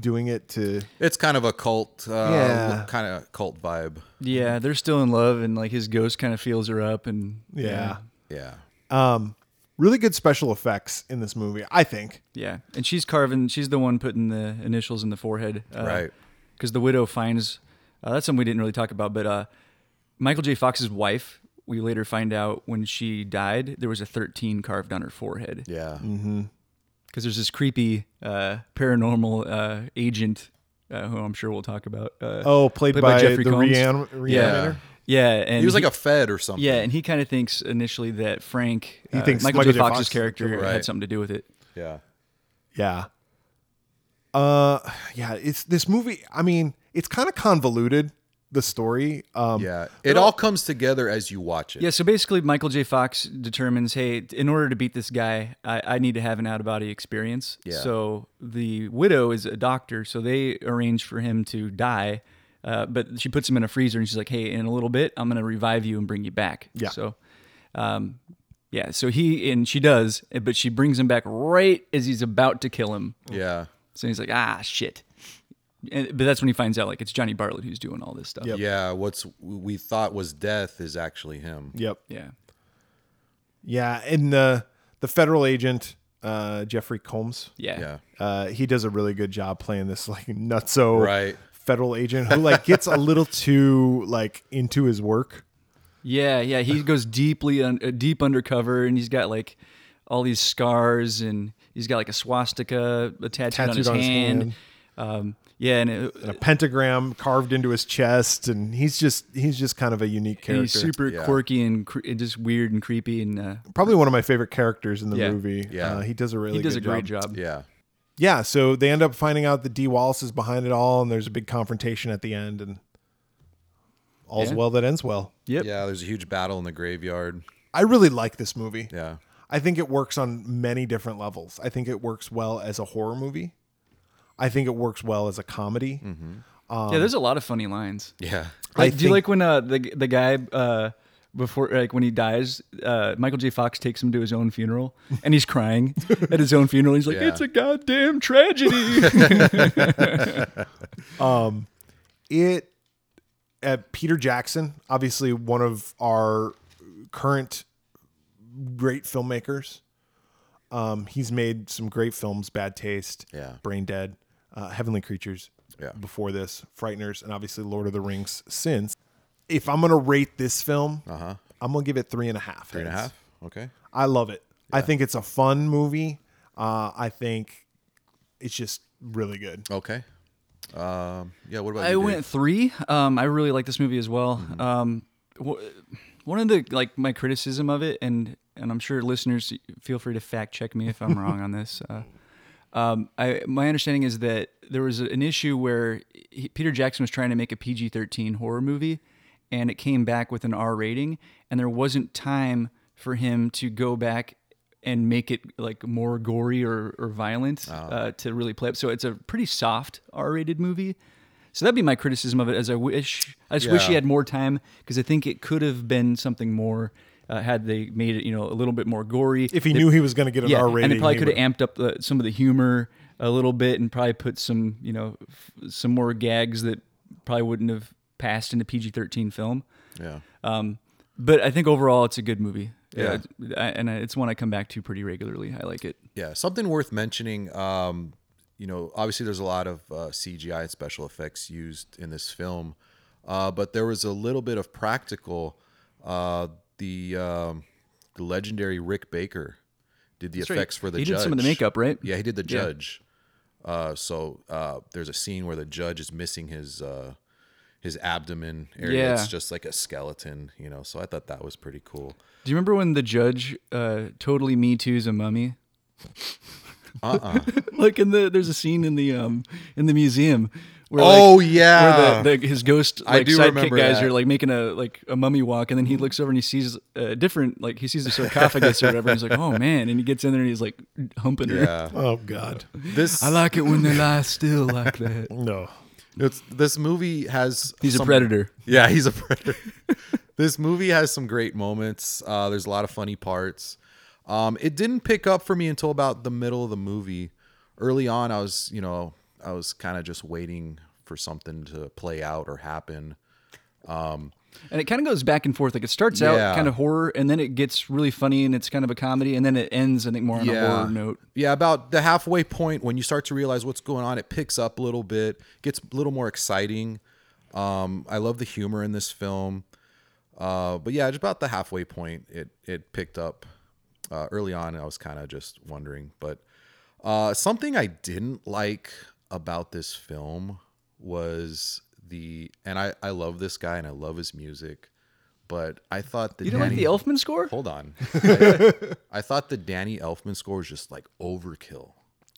doing it to?
It's kind of a cult, uh,
Yeah.
kind of cult vibe.
Yeah, they're still in love, and like his ghost kind of feels her up, and
yeah.
Yeah,
Um, really good special effects in this movie, I think.
yeah. And she's carving. She's the one putting the initials in the forehead, uh,
Right.
Because the widow finds. Uh, that's something we didn't really talk about, but uh, Michael J. Fox's wife we later find out when she died, there was a 13 carved on her forehead.
Yeah.
because there's this creepy uh, paranormal uh, agent uh, who I'm sure we'll talk about. Uh,
Oh, played, by, the reanim- reanimator.
Yeah, yeah, and
He was like a Fed or something.
yeah, and he kind of thinks initially that Frank,
He
uh,
thinks
Michael, J. Fox's
Fox-
character
Right.
had something to do with it.
Yeah.
Yeah. Uh yeah, it's this movie, I mean, it's kind of convoluted the story. Um
Yeah. It all comes together as you watch it.
Yeah, so basically, Michael J. Fox determines, hey, in order to beat this guy, I, I need to have an out of body experience.
Yeah.
So the widow is a doctor, so they arrange for him to die. Uh, but she puts him in a freezer and she's like, hey, in a little bit, I'm going to revive you and bring you back.
Yeah.
So, um, yeah, so he, and she does, but she brings him back right as he's about to kill him.
Yeah.
So he's like, ah, shit. And, but that's when he finds out, like, it's Johnny Bartlett who's doing all this stuff.
Yep.
Yeah. What's we thought was death is actually him.
Yep.
Yeah.
Yeah, and the the federal agent uh Jeffrey Combs,
Yeah.
Yeah.
uh he does a really good job playing this like nutso
Right.
federal agent who like gets a little too like into his work.
Yeah, yeah, he goes deeply un- uh, deep undercover, and he's got like all these scars, and he's got like a swastika uh, tattooed, on his hand. Um, yeah, and, it,
and a pentagram carved into his chest and he's just he's just kind of a unique
and
character.
he's super
Yeah.
quirky and, cre- and just weird and creepy, and uh,
Probably one of my favorite characters in the
Yeah.
movie.
Yeah.
Uh, he does a really
he does a
good
great job.
Yeah.
yeah, so they end up finding out that D Wallace is behind it all, and there's a big confrontation at the end, and all's
Yeah.
well that ends well.
Yep.
Yeah. There's a huge battle in the graveyard.
I really like this movie.
Yeah.
I think it works on many different levels. I think it works well as a horror movie. I think it works well as a comedy.
Mm-hmm. yeah, there's a lot of funny lines.
Yeah.
I
Like, do you
think-
like when uh, the the guy uh, before like when he dies, uh, Michael J. Fox takes him to his own funeral, and he's crying at his own funeral. He's like,
Yeah.
"It's a goddamn tragedy."
it uh, Peter Jackson, obviously one of our current great filmmakers. Um, he's made some great films: Bad Taste,
Yeah.
Brain Dead, uh, Heavenly Creatures.
Yeah.
Before this, Frighteners, and obviously Lord of the Rings. Since, if I'm gonna rate this film, uh-huh. I'm gonna give it three and a half.
Three and a half. Okay.
I love it. I think it's a fun movie. Uh, I think it's just really good.
Okay. Um, yeah. What about
I
you, Mm-hmm. Dave?
went three. Um, I really like this movie as well. Um, wh- one of the like my criticism of it, and and I'm sure listeners feel free to fact check me if I'm wrong on this. Uh, um, I my understanding is that there was an issue where he, Peter Jackson was trying to make a PG-13 horror movie, and it came back with an R rating, and there wasn't time for him to go back and make it like more gory or, or violent uh, to really play up. So it's a pretty soft R-rated movie. So that'd be my criticism of it. As I wish, I just wish he
Yeah.
had more time because I think it could have been something more uh, had they made it, you know, a little bit more gory.
If he knew he was gonna get an
yeah,
R rating,
and it probably
he
could
would-
have amped up the, some of the humor a little bit and probably put some, you know, f- some more gags that probably wouldn't have passed in a PG-13 film.
Yeah.
Um, but I think overall it's a good movie.
Yeah.
Uh, I, and I, it's one I come back to pretty regularly. I like it.
Yeah, something worth mentioning. Um, you know, obviously there's a lot of uh, CGI and special effects used in this film, uh, but there was a little bit of practical. Uh, the um, the legendary Rick Baker did the
That's right.
effects for the
He
judge.
did some of the makeup, right?
Yeah, he did the
Yeah.
judge. Uh, so uh, there's a scene where the judge is missing his uh, his abdomen area.
Yeah.
It's just like a skeleton, you know. So I thought that was pretty cool.
Do you remember when the judge uh, totally me too's a mummy?
Uh-uh.
<laughs> like in the there's a scene in the um in the museum where
oh
like,
yeah,
where the, the, his ghost
I
like
do
sidekick
remember
guys
that.
are like making a like a mummy walk and then he looks over and he sees a different like he sees a sarcophagus or whatever and he's like oh man and he gets in there and he's like humping her
yeah.
Oh God,
This
I like it when they lie still like
<laughs>
that
no.
It's this movie has
he's a
some-
predator
<laughs> Yeah, he's a predator. this movie has some great moments. Uh, there's a lot of funny parts. Um, it didn't pick up for me until about the middle of the movie. Early on, I was you know I was kind of just waiting for something to play out or happen.
and it kind of goes back and forth like it starts
Yeah.
out kind of horror and then it gets really funny and it's kind of a comedy and then it ends I think more on a horror note
Yeah, about the halfway point when you start to realize what's going on, it picks up a little bit, gets a little more exciting. Um, I love the humor in this film. Uh, but yeah, just about the halfway point, it it picked up. Uh, early on, I was kind of just wondering, but uh, something I didn't like about this film was the, and I I love this guy and I love his music, but I thought the
You don't like the
Danny-
Elfman score?
<laughs>
Hold on, I, I thought the Danny Elfman score was just like overkill.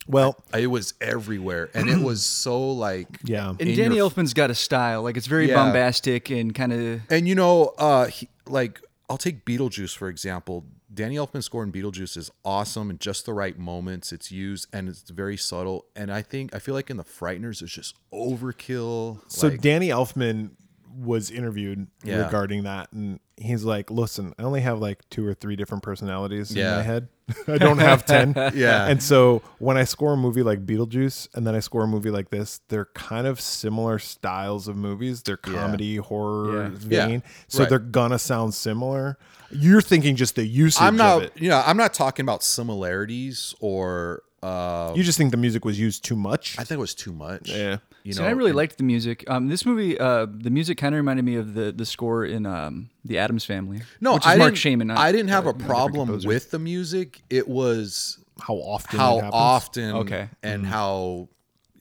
Well,
It was everywhere, and it
<clears throat>
was so like
yeah.
And
in
Danny
your-
Elfman's got a style. Like it's very
Yeah.
bombastic and kind of
And you know, uh, he, like I'll take Beetlejuice for example. Danny Elfman's score in Beetlejuice is awesome in just the right moments. It's used and it's very subtle. And I think I feel like in the Frighteners, it's just overkill.
So
like,
Danny Elfman was interviewed
Yeah.
regarding that, and he's like, "Listen, I only have like two or three different personalities in
Yeah.
my
<laughs>
head. <laughs> I don't have ten.
Yeah.
And so when I score a movie like Beetlejuice, and then I score a movie like this, they're kind of similar styles of movies. They're comedy, horror
Yeah.
vein, so
Right.
they're gonna sound similar. You're thinking just the usage
I'm
of it.
not, you know, I'm not talking about similarities or uh,
You just think the music was used too much.
I think it was too much.
Yeah.
You
See,
know,
I really
and-
liked the music. Um, this movie, uh, the music kind of reminded me of the the score in um, the Adams Family.
No,
which is
I
Mark
didn't,
Shaman. not-
I didn't have
uh,
a
another
problem
composer.
with the music. It was
how often?
how
it happens.
often,
Okay. Mm-hmm.
and how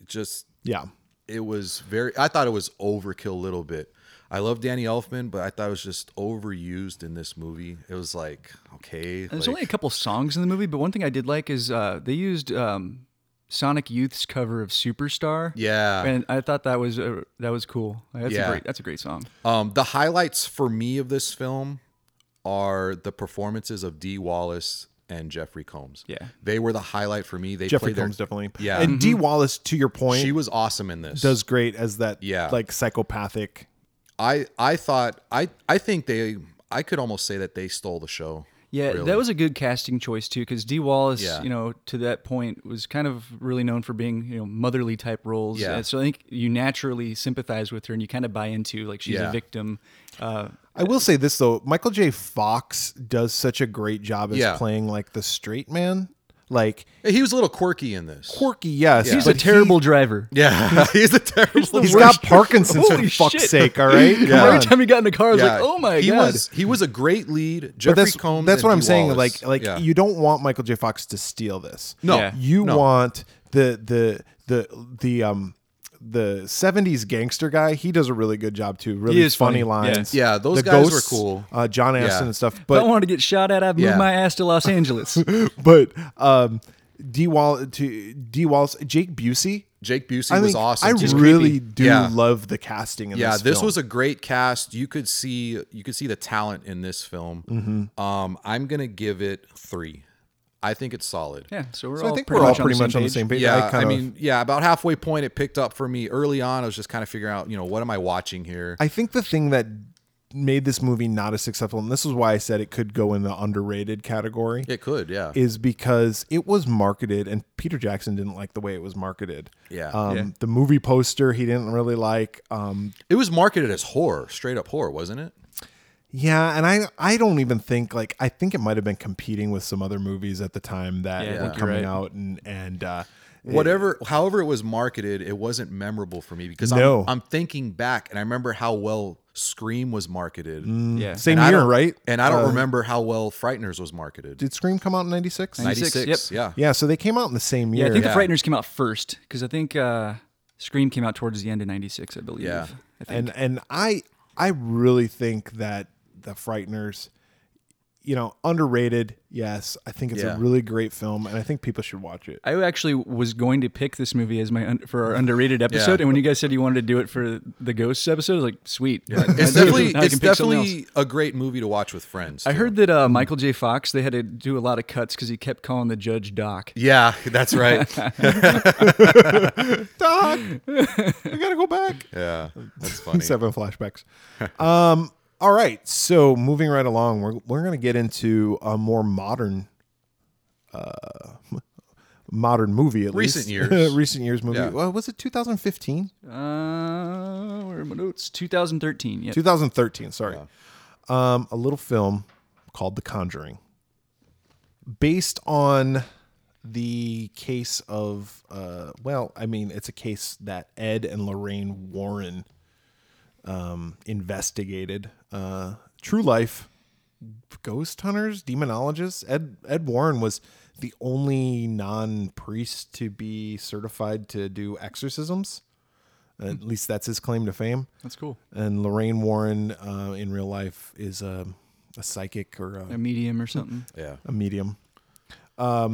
just
Yeah.
it was very i thought it was overkill a little bit i love danny elfman but i thought it was just overused in this movie it was like okay
There's
like-
only a couple songs in the movie, but one thing I did like is uh, they used um, Sonic Youth's cover of Superstar.
yeah
and I thought that was uh, that was cool. Like, That's
Yeah.
a great. That's a great song.
um the highlights for me of this film are the performances of dee wallace and jeffrey combs
Yeah.
they were the highlight for me they
Jeffrey
played their-
Combs definitely.
Yeah.
And Dee Wallace, to your point,
she was awesome in this
does great as that
Yeah.
like psychopathic
i i thought i i think they i could almost say that they stole the show
Yeah,
really.
that was a good casting choice too, because D. Wallace,
Yeah.
you know, to that point was kind of really known for being you know motherly type roles.
Yeah.
And so I think you naturally sympathize with her, and you kind of buy into like she's
Yeah.
a victim. Uh,
I will say this though, Michael J. Fox does such a great job as
Yeah.
playing like the straight man. Like
he was a little quirky in this
<laughs> quirky, yes.
he's a
but
terrible <laughs> driver.
yeah <laughs> he's a terrible
He, has got Parkinson's for
Holy
fuck's
shit.
sake, all <laughs> right? Come
Every
on.
time he got in the car, I was
Yeah,
like, "Oh my
he
god!"
was he was a great lead.
But
Jeffrey
that's
Combs.
that's
and
what I'm
Dee
saying.
Wallace.
Like like
Yeah.
you don't want Michael J. Fox to steal this.
no,
Yeah.
You
no.
want the the the the um the '70s gangster guy. He does a really good job too. Really
is
funny,
funny.
lines.
Yeah. Yeah, those guys were cool.
Uh, John Aston
Yeah.
and stuff.
If I
But
wanted to get shot at. I've moved
Yeah.
my ass to Los
<laughs>
Angeles.
but um, D Wall to D Wallace, Jake Busey.
Jake Busey
I
was
think
awesome.
I
too.
really
Creepy.
do
Yeah,
love the casting. In
yeah.
this,
This, was a great cast. You could see you could see the talent in this film.
Mm-hmm.
Um, I'm gonna give it three. I think it's solid.
yeah, so we're
So I
all
think
pretty
we're all
much
pretty
on
much
the
on
same
the
page.
same page.
Yeah, I,
kinda-
mean, yeah, about halfway point it picked up for me. Early on, I was just kind of figuring out, you know, what am I watching here?
I think the thing that made this movie not as successful, and this is why I said it could go in the underrated category,
it could, yeah,
is because it was marketed, and Peter Jackson didn't like the way it was marketed.
yeah.
Um, The movie poster he didn't really like. Um,
it was marketed as horror, straight up horror, wasn't it?
Yeah, and I I don't even think like I think it might have been competing with some other movies at the time that
Yeah, I
were
think you're
coming
right.
out and and uh
whatever however it was marketed it wasn't memorable for me because
No.
I'm, I'm thinking back and i remember how well scream was marketed
Yeah,
same
And I
year,
don't-
right?
and i don't
Uh,
remember how well frighteners was marketed
Did Scream come out in 96?
96,
96 yeah
Yeah, so they came out in the same
yeah.
year.
I think
Yeah.
the Frighteners came out first because I think uh, Scream came out towards the end of '96, I believe.
Yeah.
I think.
and and I I really think that the Frighteners you know, underrated. Yes, I think it's
Yeah.
a really great film and I think people should watch
<laughs>
it.
I actually was going to pick this movie as my un- for our underrated episode, and when you guys said you wanted to do it for the ghosts episode, I was like, sweet. Yeah.
it's definitely it's definitely a great movie to watch with friends
I
too.
heard that uh, Michael J. Fox they had to do a lot of cuts because he kept calling the judge Doc.
yeah <laughs> that's right
Doc, I got to go back.
yeah that's
<laughs>
funny
Seven flashbacks. um, all right. So moving right along, we're we're gonna get into a more modern, uh, <laughs> modern movie at
Recent
least. <laughs>
years.
recent years movie.
Yeah.
Well, was it 2015?
Uh, where are my notes? 2013. Yeah.
2013. Sorry. Um, a little film called The Conjuring, based on the case of uh, well, I mean, it's a case that Ed and Lorraine Warren um, investigated. Uh, True Life, ghost hunters, demonologists. Ed Ed Warren was the only non priest to be certified to do exorcisms. At least that's his claim to fame.
That's cool.
And Lorraine Warren uh, in real life is a, a psychic or a,
A medium or something.
Yeah.
a medium. Um,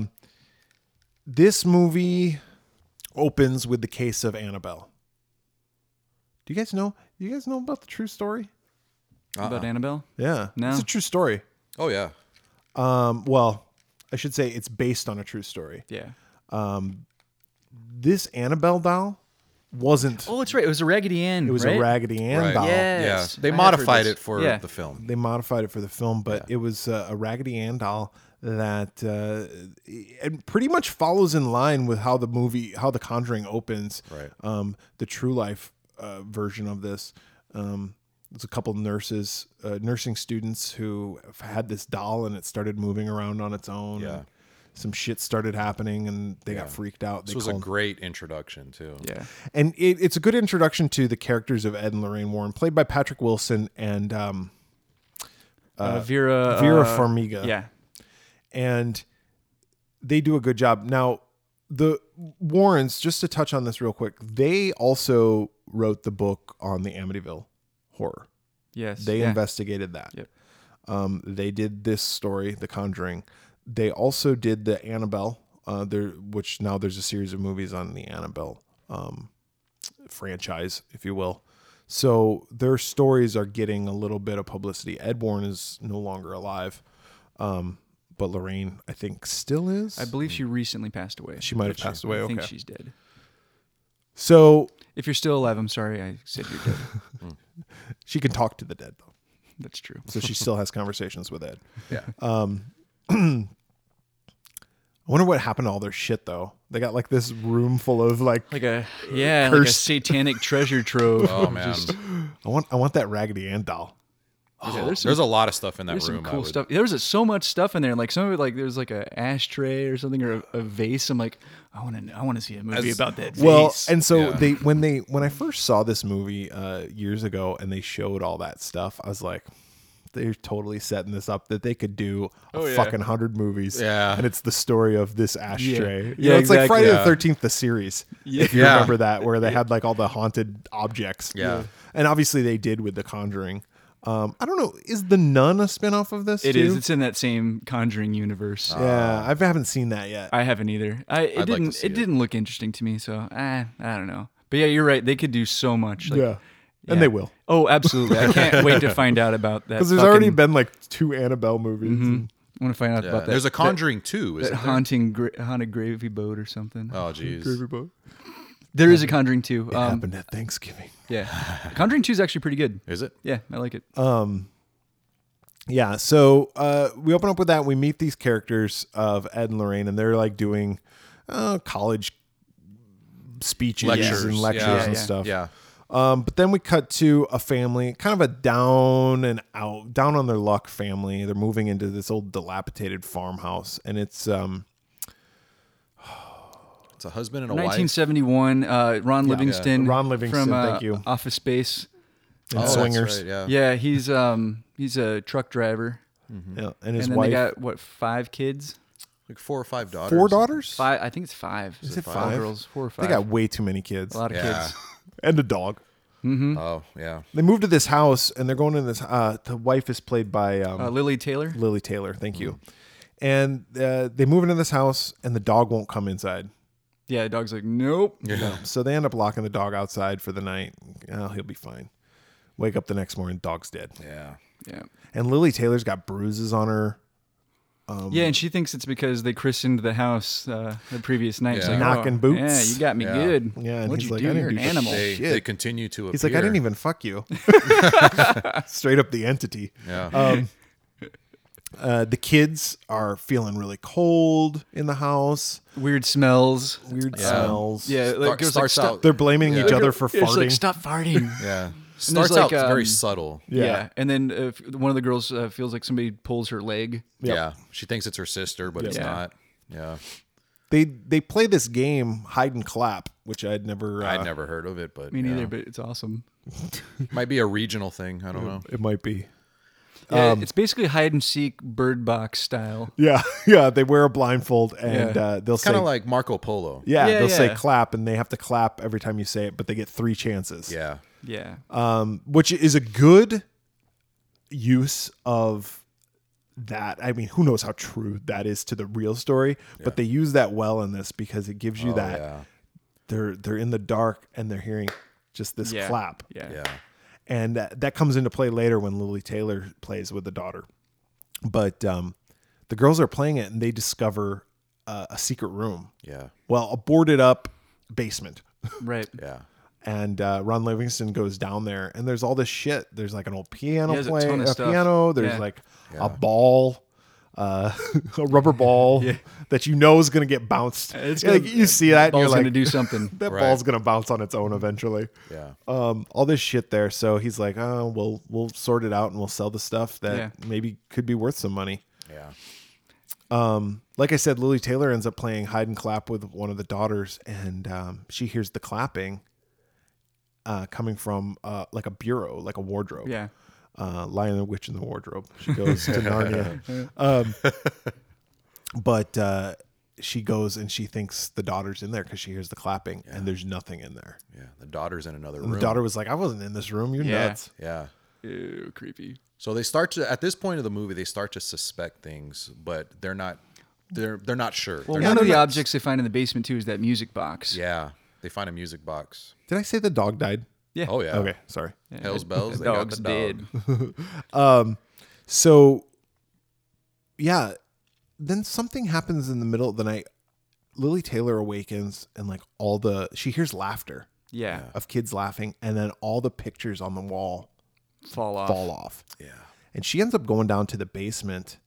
this movie opens with the case of Annabelle. Do you guys know? You guys know about the true story?
Uh-uh.
About Annabelle?
Yeah,
No.
it's a true story.
Oh yeah.
Um, well, I should say it's based on a true story.
Yeah.
This Annabelle doll wasn't.
Oh, that's right. It was a Raggedy Ann.
it was a Raggedy Ann
Right.
doll.
Yes.
Yeah. They
I have heard
modified
this.
it for
Yeah.
the film.
They modified it for the film, but it was uh, a Raggedy Ann doll that uh, it pretty much follows in line with how the movie, how The Conjuring opens.
Right.
Um, the true life uh, version of this. Um, there's a couple nurses, uh, nursing students who have had this doll and it started moving around on its own.
Yeah.
and Some shit started happening and they got freaked out. They
This was a
called-
great introduction too.
Yeah.
and it, it's a good introduction to the characters of Ed and Lorraine Warren, played by Patrick Wilson and um,
Uh, Vera.
Vera
uh,
Farmiga.
Yeah.
and they do a good job. Now, the Warrens, just to touch on this real quick, they also wrote the book on the Amityville horror.
Yes.
They
yeah.
investigated that.
Yep.
Um, they did this story, The Conjuring. They also did the Annabelle, uh, there, which now there's a series of movies on the Annabelle um, franchise, if you will. So their stories are getting a little bit of publicity. Ed Warren is no longer alive, um, but Lorraine, I think, still is.
I believe she recently passed away.
She might have
But
passed away,
I think
okay.
she's dead.
so
If you're still alive, I'm sorry I said you're dead. <laughs>
she can talk to the dead, though.
That's true.
So she still has conversations with Ed.
Yeah.
<clears throat> I wonder what happened to all their shit, though. They got like this room full of like
Like a yeah, like a
Cursed.
satanic treasure trove. <laughs>
Oh man.
I want I want that Raggedy Ann doll.
Yeah, there's some,
Oh, There's a lot of stuff in that
there's some
room. I
cool
would-
stuff. There was so much stuff in there. Like some of it, like there's like a ashtray or something or a, a vase. I'm like, I want to, I want to see a movie
As-
about that. Vase.
Well, and so
Yeah.
they when they when I first saw this movie uh, years ago and they showed all that stuff, I was like, they're totally setting this up that they could do a
Oh, yeah.
fucking hundred movies.
Yeah.
and it's the story of this ashtray.
Yeah.
Yeah,
Yeah,
it's
exactly.
like Friday
Yeah.
the Thirteenth, the series. If you
Yeah.
remember that, where they had like all the haunted objects.
Yeah.
and obviously they did with The Conjuring. Um, I don't know. Is the Nun a spinoff of this?
it
too?
is. It's in that same Conjuring universe.
yeah, I haven't seen that yet.
Uh, I haven't either. I it
like to
didn't.
see
it
it.
didn't look interesting to me. So I, I don't know. But yeah, you're right. They could do so much. Like,
yeah. and
yeah.
they will.
Oh, absolutely. I can't wait
<laughs>
to find out about
<laughs>
that.
Because there's
fucking- Mm-hmm.
already been like two Annabelle movies.
I want to find out
Yeah.
about that.
There's a Conjuring too.
that,
Is
that haunting gra- haunted gravy boat or something.
Oh jeez.
There is a Conjuring two. Um,
happened at Thanksgiving.
yeah, Conjuring two is actually pretty good.
Is it?
Yeah, I like it.
Yeah, so uh, we open up with that. We meet these characters of Ed and Lorraine, and they're like doing uh, college speeches
Lectures,
and lectures
yeah.
and
Yeah, yeah.
stuff.
Yeah.
Um, but then we cut to a family, kind of a down and out, down on their luck family. They're moving into this old dilapidated farmhouse, and it's um,
It's a husband and a wife.
1971, uh, Ron Livingston.
Ron Livingston,
from, uh,
thank you.
Office Space.
and
Oh, that's
swingers.
right, yeah.
Yeah, he's um he's a truck driver,
Mm-hmm.
Yeah, and his
and then
wife,
they got what five kids?
Like four or five daughters.
four daughters.
Five, I think it's five. Is
it five?
girls, four or five.
They got way too many kids
a lot of
Yeah.
kids. Hmm.
and a dog.
Oh yeah.
They move to this house and they're going in this. Uh, the wife is played by um,
Uh, Lily Taylor.
Lily Taylor. Thank you.
Mm-hmm.
And uh, they move into this house and the dog won't come inside.
Yeah, the dog's like, nope.
Yeah.
<clears throat> So they end up locking the dog outside for the night. Oh, he'll be fine. Wake up the next morning, dog's dead.
Yeah.
Yeah.
And Lily Taylor's got bruises on her. Um,
Yeah, and she thinks it's because they christened the house uh, the previous night. She's
Yeah.
like,
Knocking
"Oh,
boots."
Yeah, you got me
Yeah.
good.
Yeah, and
what'd
he's
you
like,
do?
"I didn't
You're an
do
animal.
They,
Shit.
they continue to appear.
He's like, I didn't even fuck
<laughs>
you. <laughs> Straight up the entity.
Yeah.
Oh.
Uh, the kids are feeling really cold in the house.
Weird smells.
Weird
Yeah.
smells.
Yeah, like,
Start-
goes like,
starts
"Stop-
out-
They're blaming each other for
It's like,
farting.
stop farting. <laughs>
<laughs> yeah.
there's
Starts
like,
out very
um,
subtle.
Yeah. And then uh, f- one of the girls uh, feels like somebody pulls her leg.
Yep.
Yeah. She thinks it's her sister, but it's
Yeah.
not. Yeah.
they they play this game hide and clap, which I'd never. Uh,
I'd never heard of it, but
Me
yeah.
neither, but it's awesome.
might be a regional thing. I don't know.
It might be.
Yeah, it's basically hide and seek, bird box style.
Yeah, <laughs> yeah. They wear a blindfold and
Yeah.
uh, they'll
Kind
say,
of like Marco Polo.
yeah,
Yeah,
they'll say
yeah.
clap, and they have to clap every time you say it, but they get three chances.
Yeah.
Yeah,
um, which is a good use of that. I mean, who knows how true that is to the real story, but they use that well in this because it gives you that
Oh, Yeah.
they're they're in the dark and they're hearing just this
yeah.
clap,
Yeah,
Yeah.
and that, that comes into play later when Lily Taylor plays with the daughter. But um, the girls are playing it and they discover uh, a secret room,
Yeah.
well, a boarded up basement.
right.
Yeah.
and uh, Ron Livingston goes down there, and there's all this shit. There's like an old
He
piano
has a
play,
ton of
a
stuff.
piano. There's
Yeah.
like a ball, uh, <laughs> a rubber ball that you know is gonna get bounced.
It's
like
gonna-
you see that, and
Ball's
you're like,
gonna <laughs> do something.
that
Right.
ball's gonna bounce on its own eventually.
Yeah.
Um, all this shit there. So he's like, oh, we'll we'll sort it out, and we'll sell the stuff that
Yeah.
maybe could be worth some money.
Yeah.
like I said, Lily Taylor ends up playing hide and clap with one of the daughters, and um, she hears the clapping uh, coming from uh, like a bureau, like a wardrobe.
Yeah,
Uh, Lion the Witch in the Wardrobe. She goes <laughs> to Narnia. Um, but uh, she goes and she thinks the daughter's in there because she hears the clapping, and there's nothing in there.
Yeah. The daughter's in another
The
room.
daughter was like, I wasn't in this room. You're
Yeah.
nuts.
Yeah.
Ew, creepy.
So they start to at this point of the movie they start to suspect things, but they're not they're they're not sure.
Well,
They're-
one
no,
of the
no.
objects they find in the basement too is that music box.
yeah. They find a music box.
Did I say the dog died?
yeah.
Oh yeah.
Okay, sorry.
Hell's bells.
The
They got
dog's
the dog.
dead.
So, yeah, then something happens in the middle of the night. Lily Taylor awakens and like all the she hears laughter
Yeah,
of kids laughing, and then all the pictures on the wall
fall off.
fall off.
Yeah.
And she ends up going down to the basement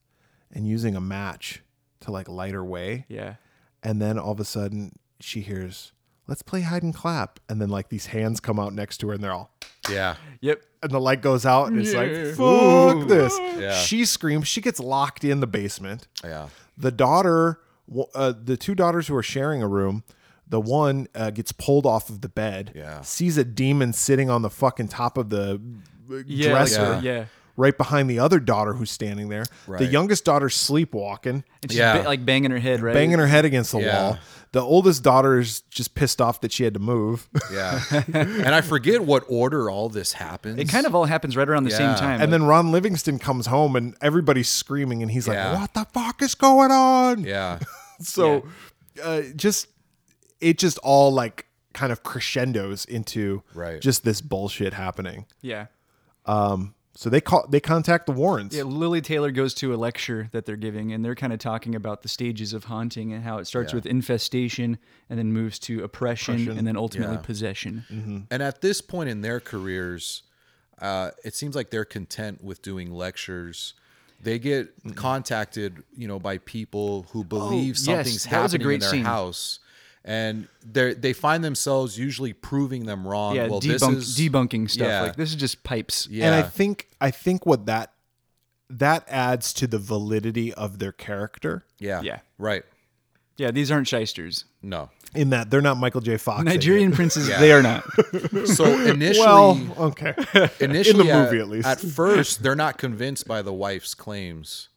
and using a match to like light her way.
Yeah,
And then all of a sudden she hears, "Let's play hide and clap." And then like these hands come out next to her, and they're all
Yeah.
yep.
and the light goes out, and it's like,
Yeah.
"Fuck this!"
Yeah.
She screams. She gets locked in the basement.
Yeah.
the daughter w- uh, the two daughters who are sharing a room the one uh, gets pulled off of the bed
Yeah.
sees a demon sitting on the fucking top of the uh,
Yeah, like,
dresser
yeah. yeah.
right behind the other daughter who's standing there the
Right.
youngest daughter's sleepwalking
And she's
Yeah.
ba- like banging her head, right?
banging her head against the
Yeah.
wall the oldest daughter is just pissed off that she had to move <laughs>
Yeah. and I forget what order all this happens.
It kind of all happens right around the same
Yeah.
time.
and then ron livingston comes home and everybody's screaming and he's
Yeah.
like what the fuck is going on
Yeah.
So uh, just it just all like kind of crescendos into
Right.
just this bullshit happening.
yeah.
So they call they contact the Warrens.
Yeah, Lily Taylor goes to a lecture that they're giving, and they're kind of talking about the stages of haunting and how it starts with infestation and then moves to oppression, and then ultimately possession.
And at this point in their careers, uh, it seems like they're content with doing lectures. They get contacted, you know, by people who believe
Oh, yes,
something's
that was a
happening in
great
their
scene.
house, and they they find themselves usually proving them wrong.
Yeah,
well, this
debunk,
is
debunking stuff.
yeah.
Like, this is just pipes.
yeah,
And I think I think what that that adds to the validity of their character
yeah,
Yeah.
right.
Yeah, these aren't shysters. <laughs>
No,
in that they're not Michael J. Fox. in it.
Nigerian princes,
Yeah.
they are
<laughs>
not.
so initially,
Well, <laughs> okay.
initially at-
movie, at
<laughs>
least.
first they're not convinced by the wife's claims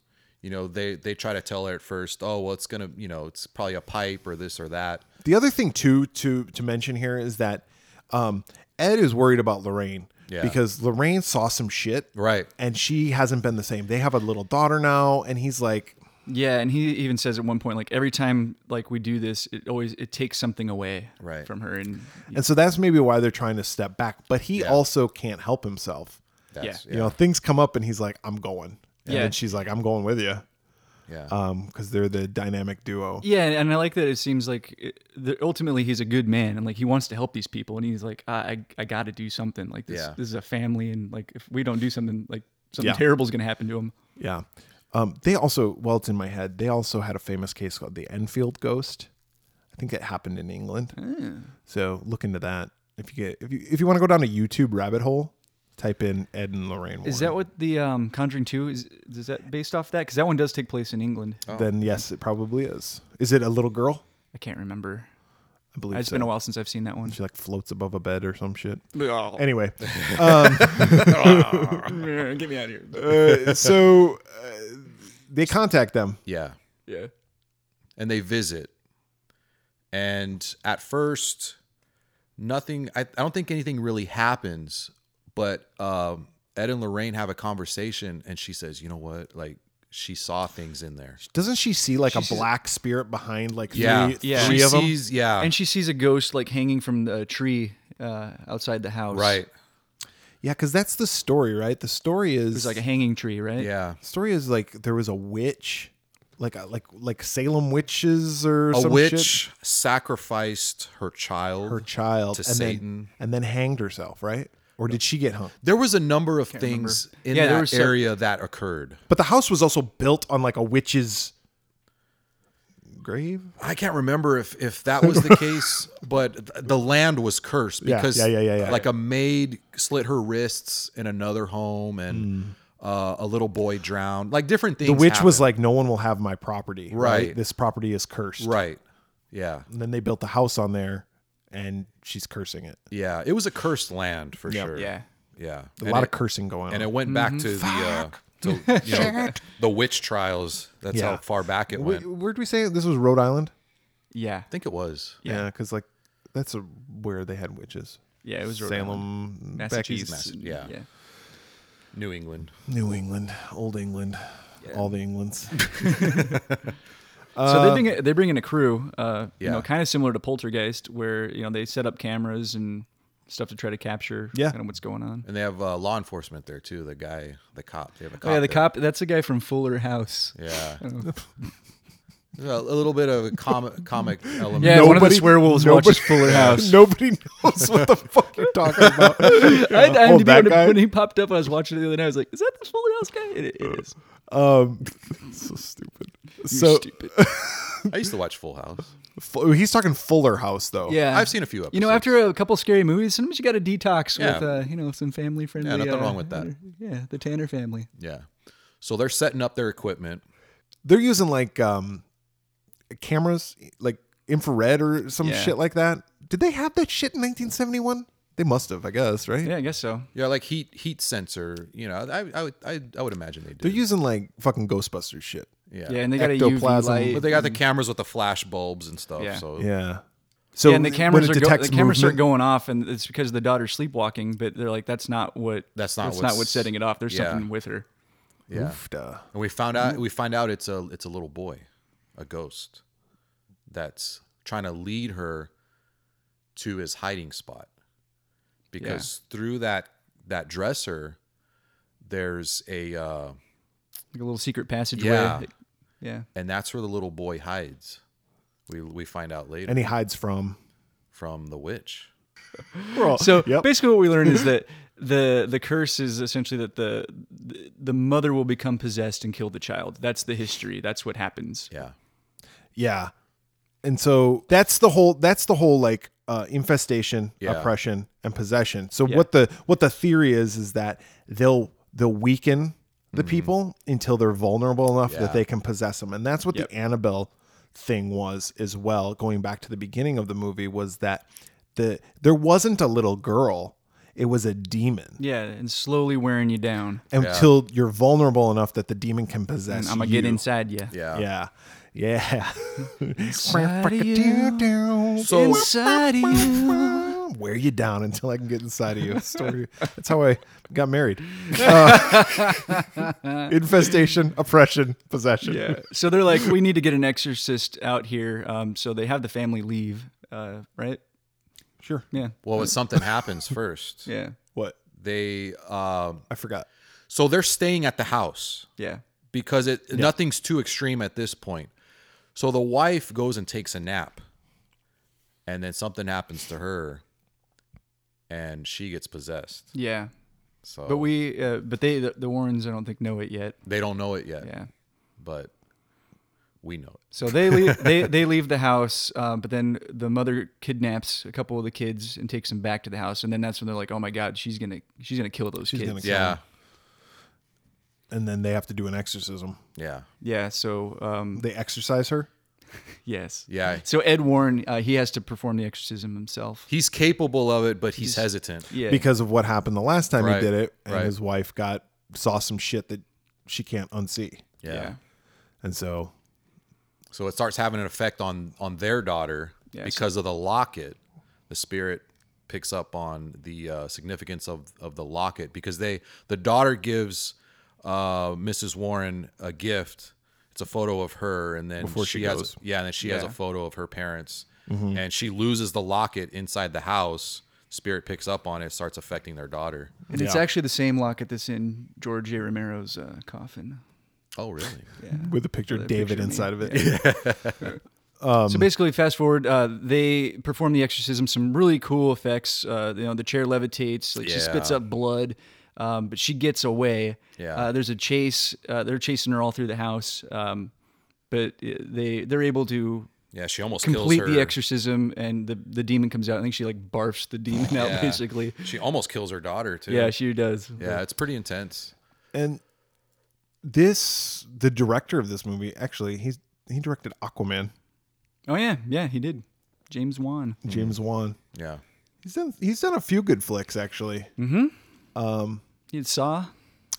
you know they they try to tell her at first oh well it's gonna you know it's probably a pipe or this or that
the other thing too to to mention here is that um, Ed is worried about Lorraine
Yeah.
because Lorraine saw some shit,
right
and she hasn't been the same. They have a little daughter now, and he's like,
yeah, and he even says at one point, like, every time like we do this, it always it takes something away
Right.
from her. And
And so that's maybe why they're trying to step back, but he also can't help himself.
That's-
Yeah.
You know, things come up and he's like, I'm going. And
Yeah.
then she's like, I'm going with you.
yeah
Um, because they're the dynamic duo.
yeah, and I like that it seems like it, the, ultimately he's a good man and like he wants to help these people, and he's like, I I, I got to do something. Like this,
Yeah.
this is a family, and like if we don't do something, like something
Yeah.
terrible's gonna happen to him.
Yeah. Um, they also, well, it's in my head, they also had a famous case called the Enfield Ghost. I think it happened in England.
Ah.
So look into that. If you get if you if you want to go down a YouTube rabbit hole, type in Ed and Lorraine Warren.
Is that what the um, Conjuring Two is? Is that based off that? Because that one does take place in England.
then yes, it probably is. Is it a little girl?
I can't remember.
I believe
It's
so.
been a while since I've seen that one.
She like floats above a bed or some shit.
Oh, <laughs>
Anyway,
get me out of <laughs> here.
uh,
<laughs>
so uh, they contact them.
Yeah.
Yeah.
and they visit. And at first, nothing, I, I don't think anything really happens, but um, Ed and Lorraine have a conversation, and she says, you know what? Like, she saw things in there.
Doesn't she see like
She's-
a black spirit behind like
Yeah.
three,
Yeah.
three
she
of them?
sees, yeah.
And she sees a ghost like hanging from the tree uh, outside the house.
right.
Yeah, because that's the story, right? The story is
It's like a hanging tree, right?
Yeah.
story is like there was a witch, like a, like like Salem witches or
A
some
witch
shit,
sacrificed her child.
her child,
to
and
Satan.
then and then hanged herself, right? Or did she get hung?
there was a number of things in
Yeah, there were
that
some-
area that occurred.
But the house was also built on like a witch's grave.
I can't remember if if that was
<laughs>
the case, but th- the land was cursed
Yeah,
because
yeah, yeah, yeah, yeah.
like a maid slit her wrists in another home and uh, a little boy drowned. Like different things.
Hmm. The witch was
happened.
like, "No one will have my property.
Right.
This property is cursed."
right. Yeah.
And then they built the house on there, and she's cursing it.
Yeah. It was a cursed land for sure.
Yeah. Mm-hmm.
Yeah.
A lot of cursing going on.
and it went back to the uh, to
<laughs>
you know, the witch trials. That's how
Yeah.
far back it
Wait,
went. I
where did we say this was Rhode Island?
Yeah.
think it was.
Yeah.
Yeah, because like that's a, where they had witches.
Yeah. It was Rhode Island.
Salem, back east.
Massachusetts.
Massa- yeah.
yeah.
New England.
New England, Old England, all
<laughs>
the Englands.
So they bring they bring in a crew, uh, you
Yeah.
know, kind of similar to Poltergeist, where you know they set up cameras and stuff to try to capture
Yeah.
kind of what's going on.
And they have uh, law enforcement there too. The guy, the cop. They have a cop.
Oh, yeah, the
there.
cop. That's the guy from Fuller House. <laughs>
Yeah. There's a, a little bit of a comic comic element.
<laughs> Yeah, one of the swear wolves watches <laughs> Fuller House.
<laughs> Nobody knows
<laughs>
what the fuck you're talking about.
I, I
Oh,
IMDb,
that
when,
guy?
when he popped up, I was watching it the other night. I was like, "Is that the Fuller House guy?" It,
Uh,
it is.
Um, so stupid.
You're
So
stupid.
I used to watch Full House.
fu- he's talking Fuller House though.
Yeah,
Oh, I've seen a few episodes.
You know, after a couple scary movies, sometimes you got to detox
Yeah.
with uh, you know some family friendly.
Yeah, nothing wrong with that.
Yeah, the Tanner family.
Yeah. So they're setting up their equipment.
they're using like um cameras, like infrared or some
Yeah.
shit like that. Did they have that shit in 1971? They must have, I guess, right?
Yeah, I guess so.
Yeah, like heat heat sensor. You know, I I would I, I would imagine they
They're
do.
using like fucking Ghostbusters shit.
Yeah.
Yeah, and they got a UV
Ectoplasm.
light.
but they got the cameras with the flash bulbs and stuff.
Yeah.
So
Yeah. So
yeah, and the
when
cameras
it
are go-
detects
the cameras start
movement-
going off, and it's because the daughter's sleepwalking. But they're like, that's not what.
That's not
That's
what's-
not what's setting it off. There's
yeah.
something with her.
yeah.
Oof, duh.
And we found out we find out it's a it's a little boy, a ghost, that's trying to lead her to his hiding spot. Because through that that dresser, there's a uh,
Like a little secret passageway.
Yeah.
Yeah.
and that's where the little boy hides. We we find out later
And he hides from.
from the witch.
So
Oh, Yep.
basically, what we learn is that the the curse is essentially that the the- the mother will become possessed and kill the child. That's the history. That's what happens.
Yeah.
Yeah. And so that's the whole that's the whole like uh infestation,
Yeah.
oppression and possession. So
Yeah.
what the what the theory is is that they'll they'll weaken the people until they're vulnerable enough
Yeah.
that they can possess them. And that's what
Yep.
the Annabelle thing was as well, going back to the beginning of the movie was that the there wasn't a little girl, it was a demon.
Yeah, and slowly wearing you down.
Until you're vulnerable enough that the demon can possess
I'm gonna
you.
get inside you.
Yeah.
Yeah. Yeah. <laughs>
Inside of you.
So
Inside of you.
Wear you down until I can get inside of you. Story. That's how I got married. Uh, infestation, oppression, possession.
Yeah. <laughs> So they're like, we need to get an exorcist out here. Um, so they have the family leave. Uh, right.
Sure.
Yeah.
well, it's something happens first.
Yeah.
What?
They um,
I forgot.
so they're staying at the house.
Yeah.
because it nothing's too extreme at this point. So the wife goes and takes a nap, and then something happens to her, and she gets possessed.
Yeah.
So
But we, uh, but they, the, the Warrens, I don't think know it yet.
they don't know it yet,
Yeah.
but we know it.
So they leave, <laughs> they they leave the house, uh, but then the mother kidnaps a couple of the kids and takes them back to the house, and then that's when they're like, oh my god, she's gonna she's gonna kill those kids.
gonna kill-
Yeah,
And then they have to do an exorcism.
yeah,
yeah. So um,
They exorcise her.
Yes.
Yeah.
So Ed Warren, uh, he has to perform the exorcism himself.
He's capable of it, but he's, hesitant.
Yeah.
because of what happened the last time
Right,
he did it, and
right.
his wife got saw some shit that she can't unsee,
Yeah.
and so
So it starts having an effect on on their daughter
Yeah,
because of the locket. The spirit picks up on the uh, significance of of the locket because they the daughter gives uh, Mrs. Warren a gift. It's a photo of her, and then
Before she
has
goes.
yeah, and then she has a
Yeah.
photo of her parents, and she loses the locket inside the house. Spirit picks up on it, starts affecting their daughter.
And it's
Yeah.
actually the same locket that's in George A. Romero's uh, coffin.
Oh, really?
Yeah.
with a picture of
With a
David
picture of me,
inside of it.
<laughs> Um,
so basically, fast forward, uh, they perform the exorcism. Some really cool effects. Uh, you know, the chair levitates. Like she spits
Yeah.
up blood, um, but she gets away.
Yeah.
Uh, there's a chase. Uh, they're chasing her all through the house, um, but uh, they they're able to
<laughs> Yeah, she almost
complete
kills her.
the exorcism, and the the demon comes out. I think she like barfs the demon
<laughs> Yeah.
out basically.
She almost kills her daughter too.
Yeah, she does.
yeah, it's pretty intense.
And this, the director of this movie, actually, he's he directed Aquaman,
Oh yeah, yeah, he did. James Wan.
James Wan.
Yeah.
He's done he's done a few good flicks actually.
He did Saw.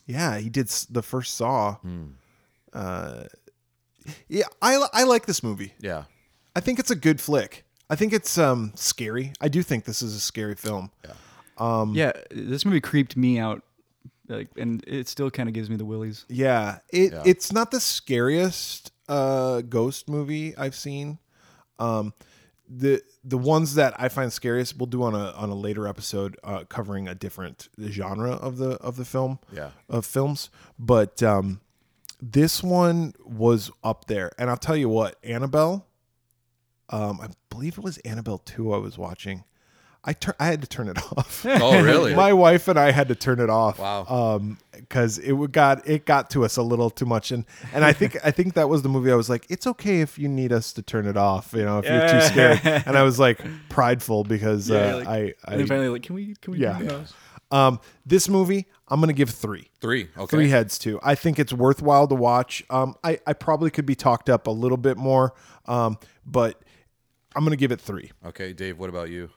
Yeah, he did s- the first Saw. Uh, yeah, I li- I like this movie.
Yeah.
I think it's a good flick. I think it's um scary. I do think this is a scary film. Um,
yeah, this movie creeped me out, like, and it still kind of gives me the willies.
Yeah, it it's not the scariest uh ghost movie I've seen. Um the the ones that I find scariest we'll do on a on a later episode uh covering a different genre of the of the film.
Yeah.
Of films, but um this one was up there. And I'll tell you what, Annabelle um I believe it was Annabelle 2 I was watching. I tur- I had to turn it <laughs> off.
<laughs> Oh, really?
My wife and I had to turn it off.
Wow.
Um, because it would got it got to us a little too much, and and I think I think that was the movie. I was like, it's okay if you need us to turn it off, you know, if you're too scared. And I was like prideful because uh,
like-
I,
And then
I
finally, like, can we can we
Yeah.
do this?
um this movie I'm gonna give three.
Three. Okay.
Three heads too. I think it's worthwhile to watch. Um, I I probably could be talked up a little bit more. Um, but I'm gonna give it three.
Okay, Dave, what about you?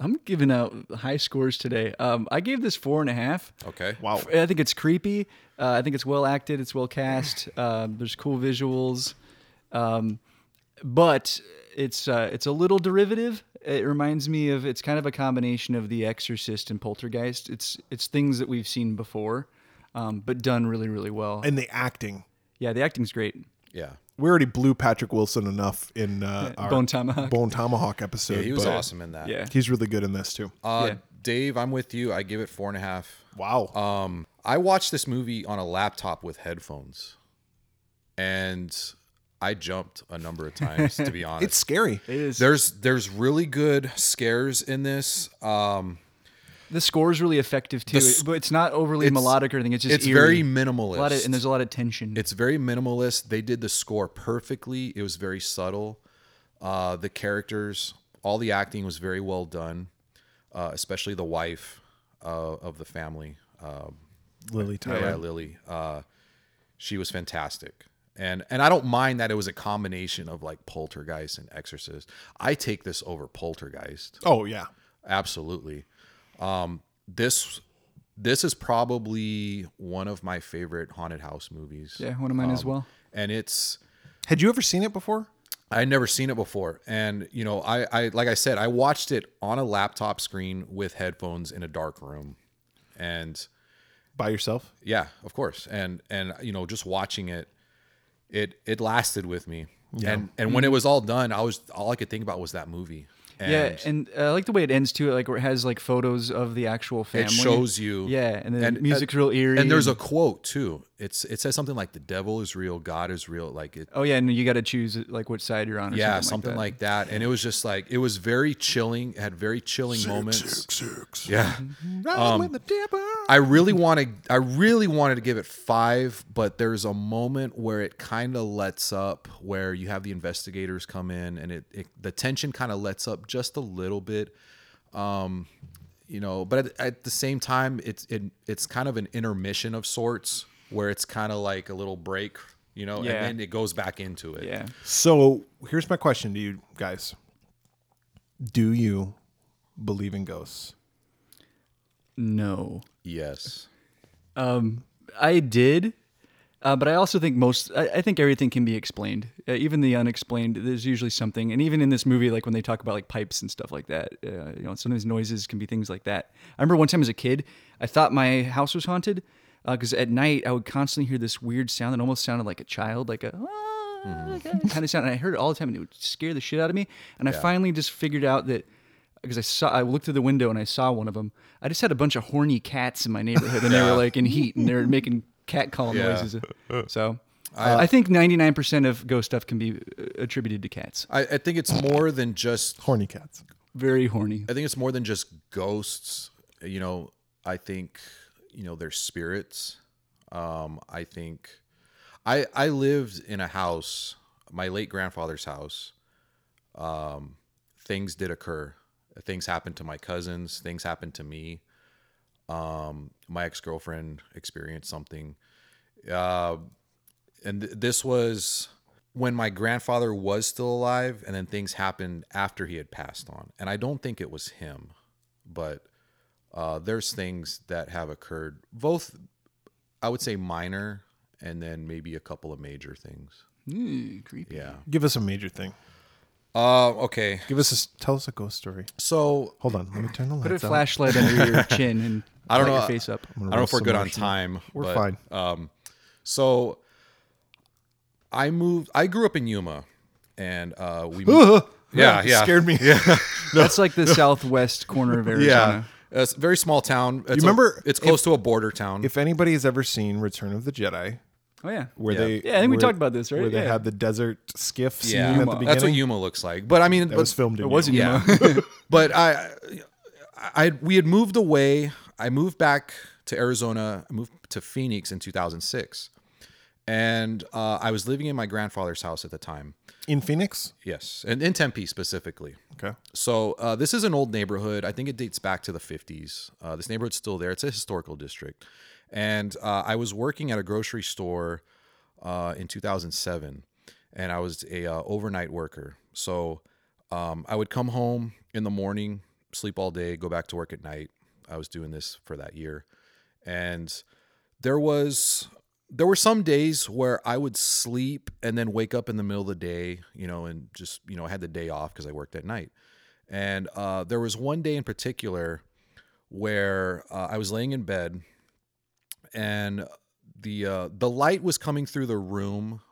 I'm giving out high scores today. Um, I gave this four and a half.
Okay.
Oh, Wow.
I think it's creepy. Uh, I think it's well acted. It's well cast. Um, there's cool visuals, um, but it's uh, it's a little derivative. It reminds me of it's kind of a combination of The Exorcist and Poltergeist. It's it's things that we've seen before, um, but done really really well.
And the acting.
yeah, the acting's great.
Yeah.
We already blew Patrick Wilson enough in uh, our
Bone Tomahawk.
Bone Tomahawk episode.
Yeah, he was
but-
awesome in that.
Yeah.
He's really good in this too.
Uh,
Yeah.
Dave, I'm with you. I give it four and a half.
Wow.
Um, I watched this movie on a laptop with headphones, and I jumped a number of times.
<laughs>
to be honest,
it's scary.
It is.
there's there's really good scares in this. Um,
The score is really effective too,
s-
It- but it's not overly
it's-
melodic or anything. It's just
it's
eerie.
very minimalist.
a lot of, and there's a lot of tension.
It's very minimalist. They did the score perfectly. It was very subtle. Uh, the characters, all the acting was very well done, uh, especially the wife uh, of the family, uh,
Lily Tyler.
Mariah Lily. Uh, she was fantastic. And, and I don't mind that it was a combination of like Poltergeist and Exorcist. I take this over Poltergeist
Oh yeah.
absolutely um this this is probably one of my favorite haunted house movies
yeah, one of mine
um,
as well.
and it's
Had you ever seen it before?
i had never seen it before and you know i i like i said i watched it on a laptop screen with headphones in a dark room and
By yourself?
yeah of course and and you know just watching it it it lasted with me and and when it was all done i was all i could think about was that movie and
yeah, and uh, I like the way it ends too. Like where it has like photos of the actual family.
It shows you. uh,
Yeah, and then music's real eerie
And there's a
and-
quote too. It's it says something like the devil is real, God is real. Like it
Oh yeah, and you got to choose like which side you're on. Or
yeah,
something,
something, like, that. And it was just like it was very chilling. It had very chilling moments. Um,
six.
Yeah.
Run with the devil.
I really wanted I really wanted to give it 5, but there's a moment where it kind of lets up where you have the investigators come in and it, it the tension kind of lets up just a little bit. Um you know, but at, at the same time it's it, it's kind of an intermission of sorts where it's kind of like a little break, you know,
Yeah.
and then it goes back into it.
Yeah.
So here's my question to you guys: Do you believe in ghosts?
No.
Yes.
Um, I did, uh, but I also think most. I, I think everything can be explained, uh, even the unexplained. There's usually something, and even in this movie, like when they talk about like pipes and stuff like that, uh, you know, sometimes noises can be things like that. I remember one time as a kid, I thought my house was haunted because at night I would constantly hear this weird sound that almost sounded like a child, like a. "Ah," kind of sound and i heard it all the time and it would scare the shit out of me and i finally just figured out that because I saw I looked through the window and I saw one of them. I just had a bunch of horny cats in my neighborhood, and they were like in heat and they were making cat call
Yeah. uh,
noises. So uh, I think ninety nine percent of ghost stuff can be uh, attributed to cats.
I, I think it's more than just
Horny cats.
Very horny.
I think it's more than just ghosts. You know, I think you know they're spirits. Um, I think I I lived in a house, my late grandfather's house. Um, things did occur. Things happened to my cousins. Things happened to me. Um, my ex girlfriend experienced something. Uh, and th- this was when my grandfather was still alive and then things happened after he had passed on and i don't think it was him but uh, there's things that have occurred both i would say minor and then maybe a couple of major things
Mm, creepy.
Uh, yeah
Give us a major thing.
uh, okay
Give us a s- tell us a ghost story.
so
Hold on, let me turn the
Put a
lights out.
flashlight under
<laughs>
your chin and
I don't
light
know,
your face up.
I'm gonna
I <laughs> don't know
roll
if we're
some
good
lotion.
on time.
We're
but,
fine.
Um, so I moved. I grew up in Yuma, and uh,
<laughs>
we. Moved, yeah, <laughs> yeah,
Scared me.
That's like the southwest corner of
yeah.
Arizona.
It's a very small town. It's a-
remember
it's close to a border
<laughs>
town.
if anybody has ever seen Return of the Jedi,
Oh yeah.
where
Yeah.
they
Yeah, I think we
where-
talked about this, right?
Where they
Yeah.
had the desert skiff scene
yeah,
at the beginning.
that's what Yuma looks like. But I mean,
that
but-
was filmed in.
It wasn't.
Yuma.
Yeah.
<laughs> Yeah. but I, I, I- we had moved away. I moved back to Arizona. I moved to Phoenix in 2006, and uh, I was living in my grandfather's house at the time.
in Phoenix.
Yes, and in Tempe specifically.
Okay,
So uh, this is an old neighborhood. I think it dates back to the 50s. Uh, this neighborhood's still there. It's a historical district. And uh, I was working at a grocery store uh, in 2007, and I was a uh, overnight worker. So um, I would come home in the morning, sleep all day, go back to work at night. I was doing this for that year, and there was there were some days where I would sleep and then wake up in the middle of the day, you know, and just you know I had the day off because I worked at night. And uh, there was one day in particular where uh, I was laying in bed, and the uh, the light was coming through the room,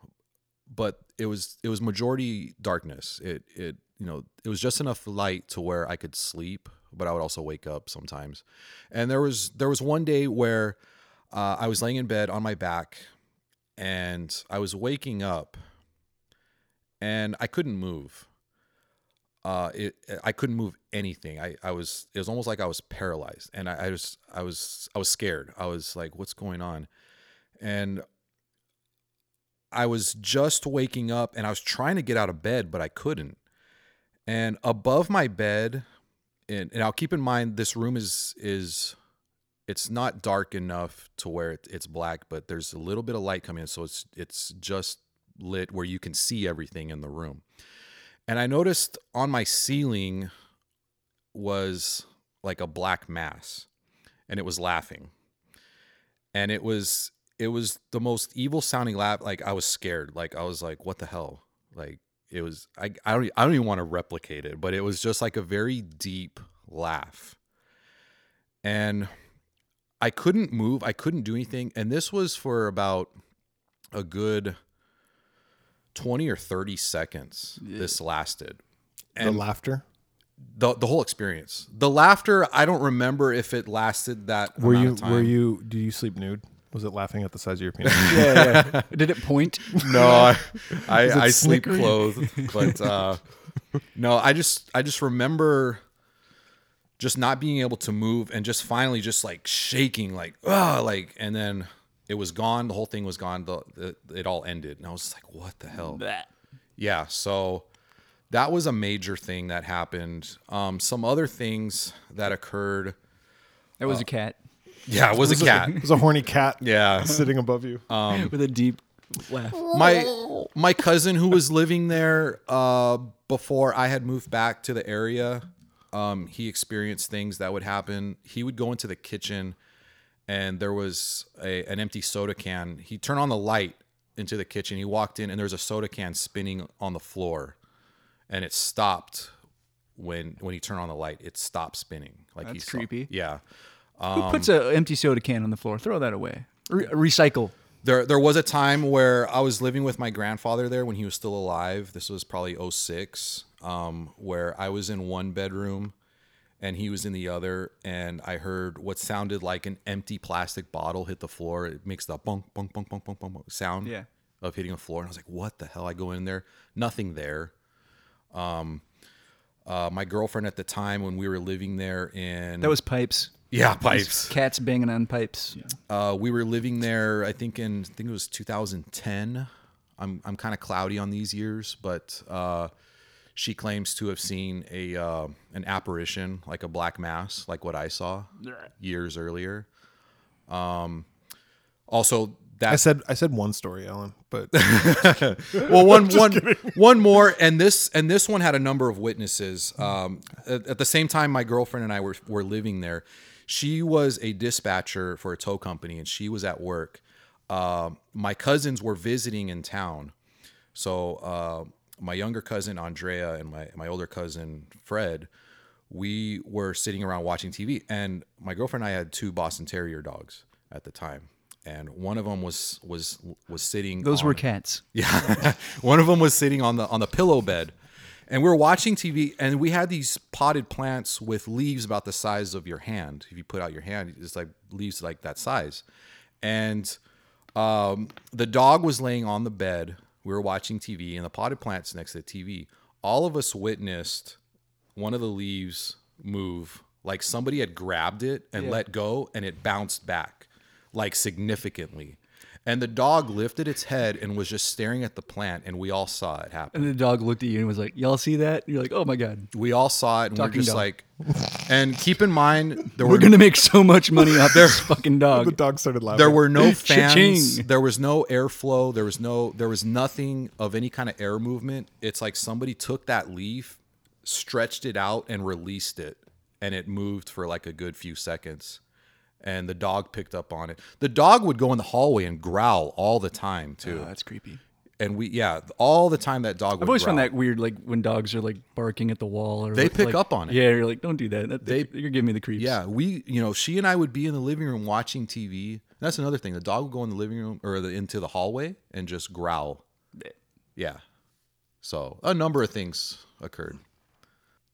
but it was it was majority darkness. It it you know it was just enough light to where I could sleep, but I would also wake up sometimes. And there was there was one day where uh, I was laying in bed on my back, and I was waking up, and I couldn't move. Uh, it I couldn't move anything. I, I was it was almost like I was paralyzed, and I, I was I was I was scared. I was like, what's going on? And I was just waking up, and I was trying to get out of bed, but I couldn't. And above my bed, and, and I'll keep in mind this room is is it's not dark enough to where it, it's black, but there's a little bit of light coming in, so it's it's just lit where you can see everything in the room. And I noticed on my ceiling was like a black mass, and it was laughing, and it was it was the most evil sounding laugh. Like I was scared. Like I was like, what the hell? Like it was. I I don't I don't even want to replicate it, but it was just like a very deep laugh, and. I couldn't move. I couldn't do anything. And this was for about a good 20 or 30 seconds. This lasted.
the
And
laughter.
the, the whole experience. The laughter, I don't remember if it lasted that
Were
amount
you?
of time.
Were you? Do you sleep nude? Was it laughing at the size of your
<laughs>
penis?
yeah, yeah. <laughs> Did it point?
No, I I, I sleep
snickering?
clothed, but uh, no, I just I just remember just not being able to move and just finally just like shaking, like ah, like and then it was gone. The whole thing was gone. The, the it all ended, and I was just like, what the hell?
That.
yeah so that was a major thing that happened um, some other things that occurred
That
Uh,
was a cat
yeah it was a cat
It was a horny cat
yeah Uh, um,
sitting above you.
with a deep laugh.
my my cousin who was living there uh, before I had moved back to the area, um, he experienced things that would happen. He would go into the kitchen, and there was a, an empty soda can. He turned on the light into the kitchen. He walked in, and there was a soda can spinning on the floor, and it stopped when when he turned on the light. It stopped spinning. Like
That's
he saw-
creepy.
Yeah. um,
Who puts an empty soda can on the floor? Throw that away. Re- recycle.
There, there was a time where I was living with my grandfather there when he was still alive. This was probably 06, um, where I was in one bedroom and he was in the other. And I heard what sounded like an empty plastic bottle hit the floor. It makes the bunk, bunk, bunk, bunk, bunk, bunk, bunk sound
Yeah.
of hitting a floor. And I was like, what the hell? I go in there, nothing there. Um, uh, my girlfriend at the time when we were living there in.
That was pipes.
yeah, pipes
Cats banging on pipes.
uh, we were living there. I think in I think it was 2010. I'm I'm kind of cloudy on these years, but uh, she claims to have seen a uh, an apparition, like a black mass, like what I saw years earlier. Um, also that
I said I said one story, Ellen,
<laughs>
but
well one one one more and this and this one had a number of witnesses um, at, at the same time my girlfriend and i were, were living there she was a dispatcher for a tow company and she was at work Um my cousins were visiting in town so uh, my younger cousin andrea and my, my older cousin fred we were sitting around watching tv and my girlfriend and i had two boston terrier dogs at the time and one of them was was was sitting
Those
on-
were cats.
yeah. <laughs> One of them was sitting on the on the pillow bed. And we were watching TV and we had these potted plants with leaves about the size of your hand. If you put out your hand, it's like leaves like that size. And um, the dog was laying on the bed. We were watching TV and the potted plants next to the TV. All of us witnessed one of the leaves move like somebody had grabbed it and let go and it bounced back like significantly and the dog lifted its head and was just staring at the plant and we all saw it happen
And the dog looked at you and was like, "Y'all see that?" you're like, "Oh my god,
we all saw it and we're
Talking
just
dog.
like and keep in
<laughs>
mind there were
we're gonna make so much money off
<laughs>
this fucking
the
dog."
dog started laughing.
there were no
<laughs>
fans
Cha-ching.
there was no airflow there was no there was nothing of any kind of air movement it's like somebody took that leaf stretched it out and released it and it moved for like a good few seconds and the dog picked up on it the dog would go in the hallway and growl all the time too
Oh, that's creepy.
and we yeah all the time that dog would
I've always found
growl.
that weird, like when dogs are like barking at the wall, or
They
like-
pick
like-
up on it.
Yeah, you're like, "Don't do that." that
They-
you're giving me the creeps.
Yeah, we, you know, she and I would be in the living room watching TV. That's another thing. The dog would go in the living room or the, into the hallway and just growl. Yeah. So a number of things occurred.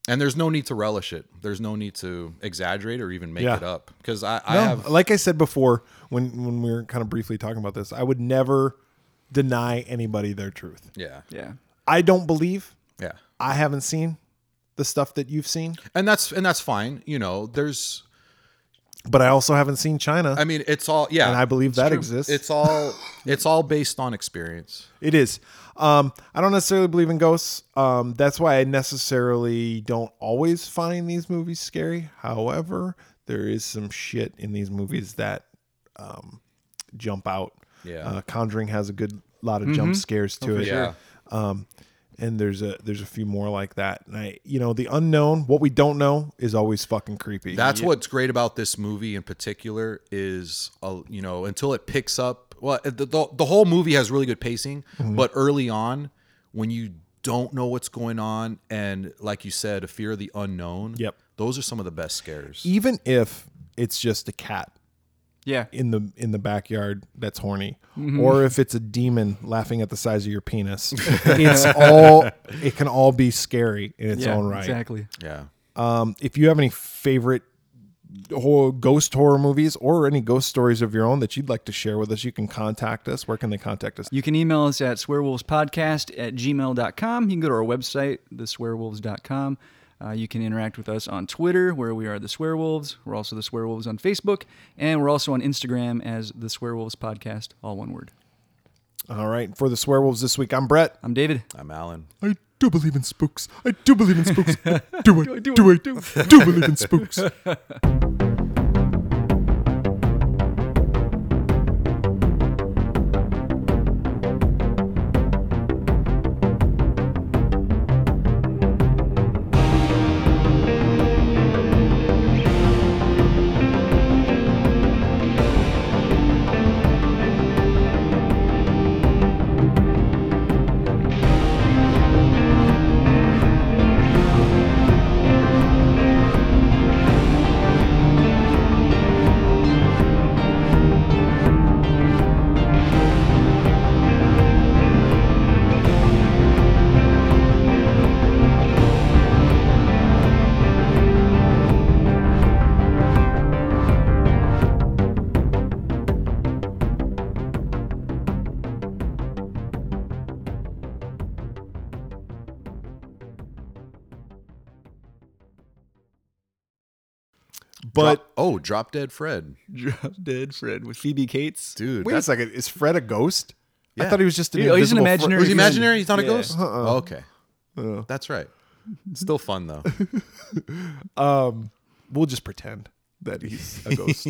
And there's no need to relish it. There's no need to exaggerate or even make
Yeah.
it up. Because I, I
No,
have
Um, like I said before, when when we were kind of briefly talking about this, I would never deny anybody their truth.
Yeah.
yeah.
I don't believe.
Yeah.
I haven't seen the stuff that you've seen,
And that's and that's fine. You know, there's
but I also haven't seen China,
I mean it's all yeah.
and I believe that
True.
exists.
It's all it's all based on experience.
It is. Um, I don't necessarily believe in ghosts. Um, that's why I necessarily don't always find these movies scary. However, there is some shit in these movies that um, jump out.
Yeah.
Uh, Conjuring has a good lot of jump scares to it.
sure.
Um, and there's a there's a few more like that. And I, you know, the unknown, what we don't know, is always fucking creepy. E-,
That's what's great about this movie in particular is, uh, you know, until it picks up. Well, the, the, the whole movie has really good pacing,
Mm-hmm.
but early on, when you don't know what's going on, and like you said, a fear of the unknown.
Yep.
Those are some of the best scares.
even if it's just a cat
Yeah.
in the in the backyard that's horny or if it's a demon laughing at the size of your penis it's all it can all be scary in its
yeah,
own right
Exactly.
Yeah.
um if you have any favorite horror, ghost horror movies or any ghost stories of your own that you'd like to share with us you can contact us where can they contact us
You can email us at swearwolvespodcast at gmail.com. You can go to our website, theswearwolves.com. Uh, you can interact with us on Twitter, where we are the Swearwolves. We're also the Swearwolves on Facebook, and we're also on Instagram as the Swearwolves Podcast, all one word.
all right for the swearwolves this week i'm brett
I'm David.
I'm Alan.
i do believe in spooks i do believe in spooks
<laughs>
do it
do do it,
do it do believe in
<laughs>
spooks But
Dro- oh, Drop Dead Fred,
Drop Dead Fred with Phoebe Cates.
dude.
wait a
that's-
second, is Fred a ghost? I
Yeah.
thought he was just an
He- oh, he's an
invisible Fre-
imaginary-
Was he imaginary? He's not a
Yeah.
ghost.
Uh-uh.
Oh, okay, that's right.
Mm-hmm.
Still fun though.
Um,
<laughs>
we'll just pretend that he's a ghost.